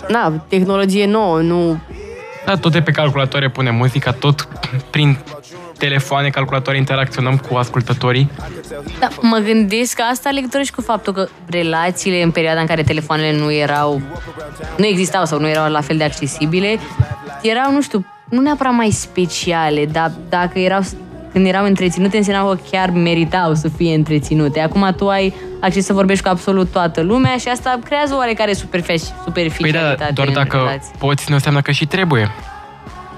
S4: Na, tehnologie nouă, nu...
S7: Da, tot de pe calculatoare punem muzica, tot prin telefoane, calculatoare interacționăm cu ascultătorii.
S6: Da, mă gândesc că asta legătură și cu faptul că relațiile în perioada în care telefoanele nu erau, nu existau sau nu erau la fel de accesibile, erau, nu știu, nu neapărat mai speciale, dar dacă erau, când erau întreținute, înseamnă că chiar meritau să fie întreținute. Acum tu ai acces să vorbești cu absolut toată lumea și asta creează oarecare superfici-
S7: Păi da,
S6: superficialitate
S7: doar
S6: în
S7: dacă
S6: relații.
S7: poți, nu înseamnă că și trebuie.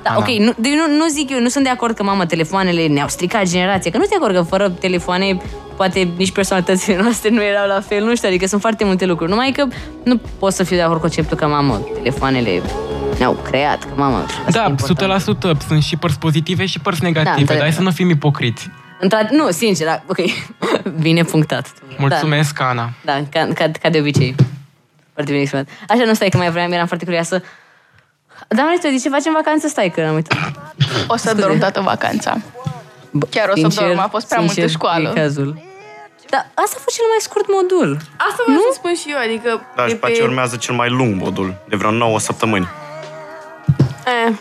S6: Da, ok, nu, deci nu, nu zic eu, nu sunt de acord că, mamă, telefoanele ne-au stricat generația, că nu sunt de acord că fără telefoane poate nici personalitățile noastre nu erau la fel, nu știu, adică sunt foarte multe lucruri, numai că nu pot să fiu de acord cu conceptul că, mamă, telefoanele ne-au creat, că, mamă, asta e
S7: Da,
S6: important. Da,
S7: 100% sunt și părți pozitive și părți negative,
S6: întotdeauna.
S7: dar hai să nu fim ipocriți.
S6: Într- Nu, sincer, da, ok, bine punctat.
S7: Mulțumesc, Ana.
S6: Da, da ca, ca, ca de obicei. Foarte bine exprimat. Așa, nu stai că mai vreau, eram foarte curioasă. Dar, Marisa, de ce facem vacanță? Stai că n-am uitat.
S5: O să dorm toată vacanța.
S6: Bă,
S5: Chiar o să dorm, a fost prea multă școală.
S6: e cazul. Dar asta a fost cel mai scurt modul.
S4: Asta vreau să spun și eu, adică...
S8: Da, și după aceea urmează cel mai lung modul, de vreo 9 săptămâni.
S4: Eh,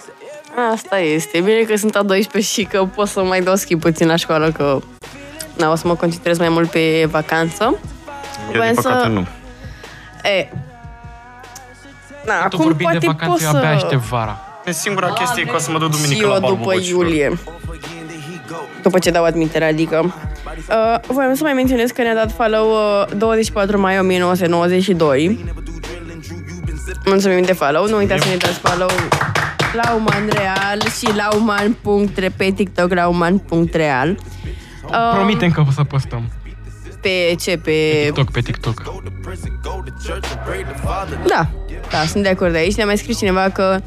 S4: asta este. Bine că sunt a 12 și că pot să mai dau schimb puțin la școală, că na, o să mă concentrez mai mult pe vacanță.
S8: Eu, din
S4: Voiam să-
S8: păcate, nu.
S4: E, na,
S7: Tu
S4: acum
S7: vorbind de
S4: poate pot
S7: vacanțe, eu
S4: să...
S7: abia aștept vara.
S8: E Singura chestie e că o să mă duc
S4: și
S8: duminică la
S4: eu
S8: Barbu
S4: după
S8: Bocilor.
S4: iulie. După ce dau admiterea, adică. Uh, voiam să mai menționez că ne-a dat follow uh, 24 mai 1992. Mulțumim de follow. Nu uitați să ne dați follow la Uman Real și la uman.re pe TikTok la uman.real. Uh,
S7: Promitem că o să postăm.
S4: pe ce? Pe...
S7: TikTok, pe TikTok.
S4: Da, da, sunt de acord de aici. Ne-a mai scris cineva că,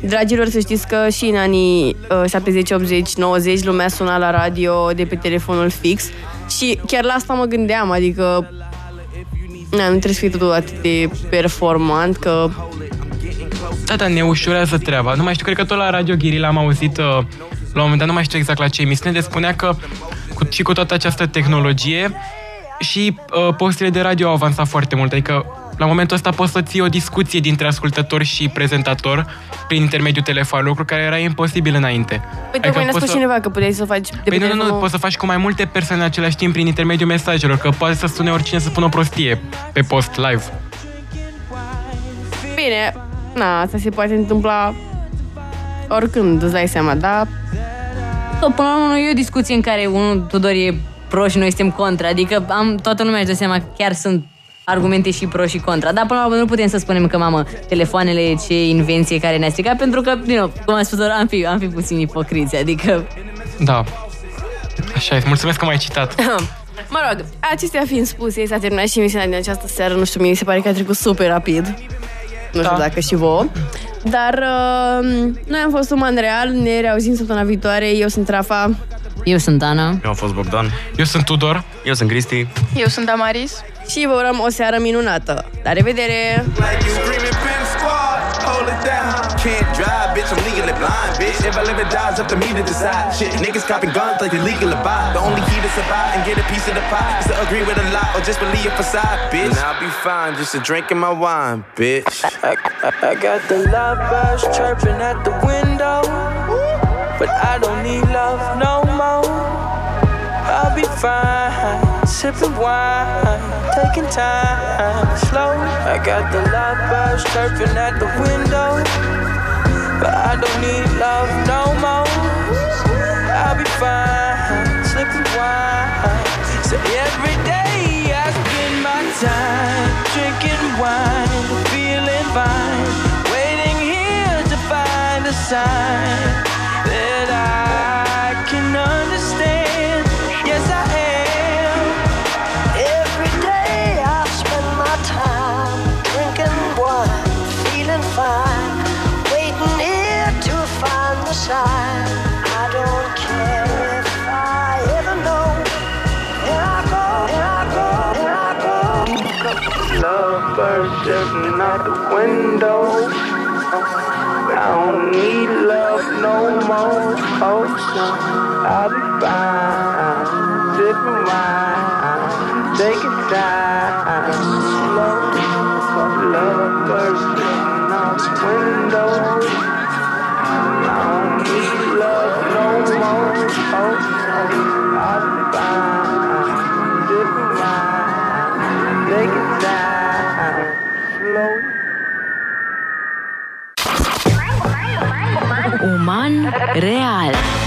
S4: dragilor, să știți că și în anii uh, 70, 80, 90 lumea suna la radio de pe telefonul fix și chiar la asta mă gândeam, adică na, nu trebuie să fii totul atât de performant, că păi,
S7: Da, da, ne ușurează treaba. Nu mai știu, cred că tot la Radio Ghirila am auzit uh, la un moment dat, nu mai știu exact la ce emisiune, de spunea că cu, și cu toată această tehnologie și uh, posturile de radio au avansat foarte mult. Adică la momentul ăsta poți să ții o discuție dintre ascultător și prezentator prin intermediul telefonului, lucru care era imposibil înainte. Adică
S4: Păi tocmai ne-a
S7: poți
S4: spus
S7: să-
S4: cineva că puteai să o faci de
S7: Păi nu, nu, nu,
S4: telefonul-
S7: poți să faci cu mai multe persoane în același timp prin intermediul mesajelor, că poate să sune oricine să pună o prostie pe post live.
S4: Bine, na, asta se poate întâmpla oricând, îți dai seama, dar
S6: Tot, până la urmă, nu e o discuție în care unul, Tudor, e pro și noi suntem contra. Adică am, toată lumea își dă seama că chiar sunt argumente și pro și contra. Dar până la urmă nu putem să spunem că, mamă, telefoanele ce invenție care ne-a stricat, pentru că, din nou, cum am spus, am fi, am fi puțin ipocriți. Adică,
S7: Da. Așa e, mulțumesc că m-ai citat.
S4: Mă rog, acestea fiind spuse, s-a terminat și emisiunea din această seară. Nu știu, mie mi se pare că a trecut super rapid. Nu știu
S7: Da.
S4: dacă și vouă. Dar uh, noi am fost Uman Real, ne reauzim săptămâna viitoare. Eu sunt Rafa.
S6: eu sunt Ana.
S9: Eu am fost Bogdan.
S7: Eu sunt Tudor.
S9: Eu sunt Cristi.
S5: Eu sunt Damaris.
S4: și vă urăm o seară minunată. La revedere!
S10: Like you screaming pimp squad, hold it down. Can't drive, bitch, I'm legally blind, bitch. If I live or die, it's up to me to decide. Shit, niggas copping guns like they legal to buy. The only key to survive and get a piece of the pie is to agree with a lie or just believe a facade, bitch. And I'll be fine, just a drink in my wine, bitch.
S3: I got the love birds chirping at the window. But I don't need love no more. I'll be fine, sipping wine, taking time slow. I got the love birds chirping at the window. But I don't need love no more. I'll be fine, sipping wine. So every day I spend my time drinking wine, feeling fine, waiting here to find a sign that I can understand. Yes, I am. Every day I spend my time drinking wine, feeling fine, waiting here to find the sign. I don't care if I ever know. Here I go, here I go, here I go. Lovebirds drifting out the window. I don't need love no more. Oh, so I'll be fine. Sipping wine, taking time. Slow, lovebirds drifting out the window. I don't need love no more. Oh, so I'll be fine. Sipping wine, taking time. Slow.
S1: Uman real.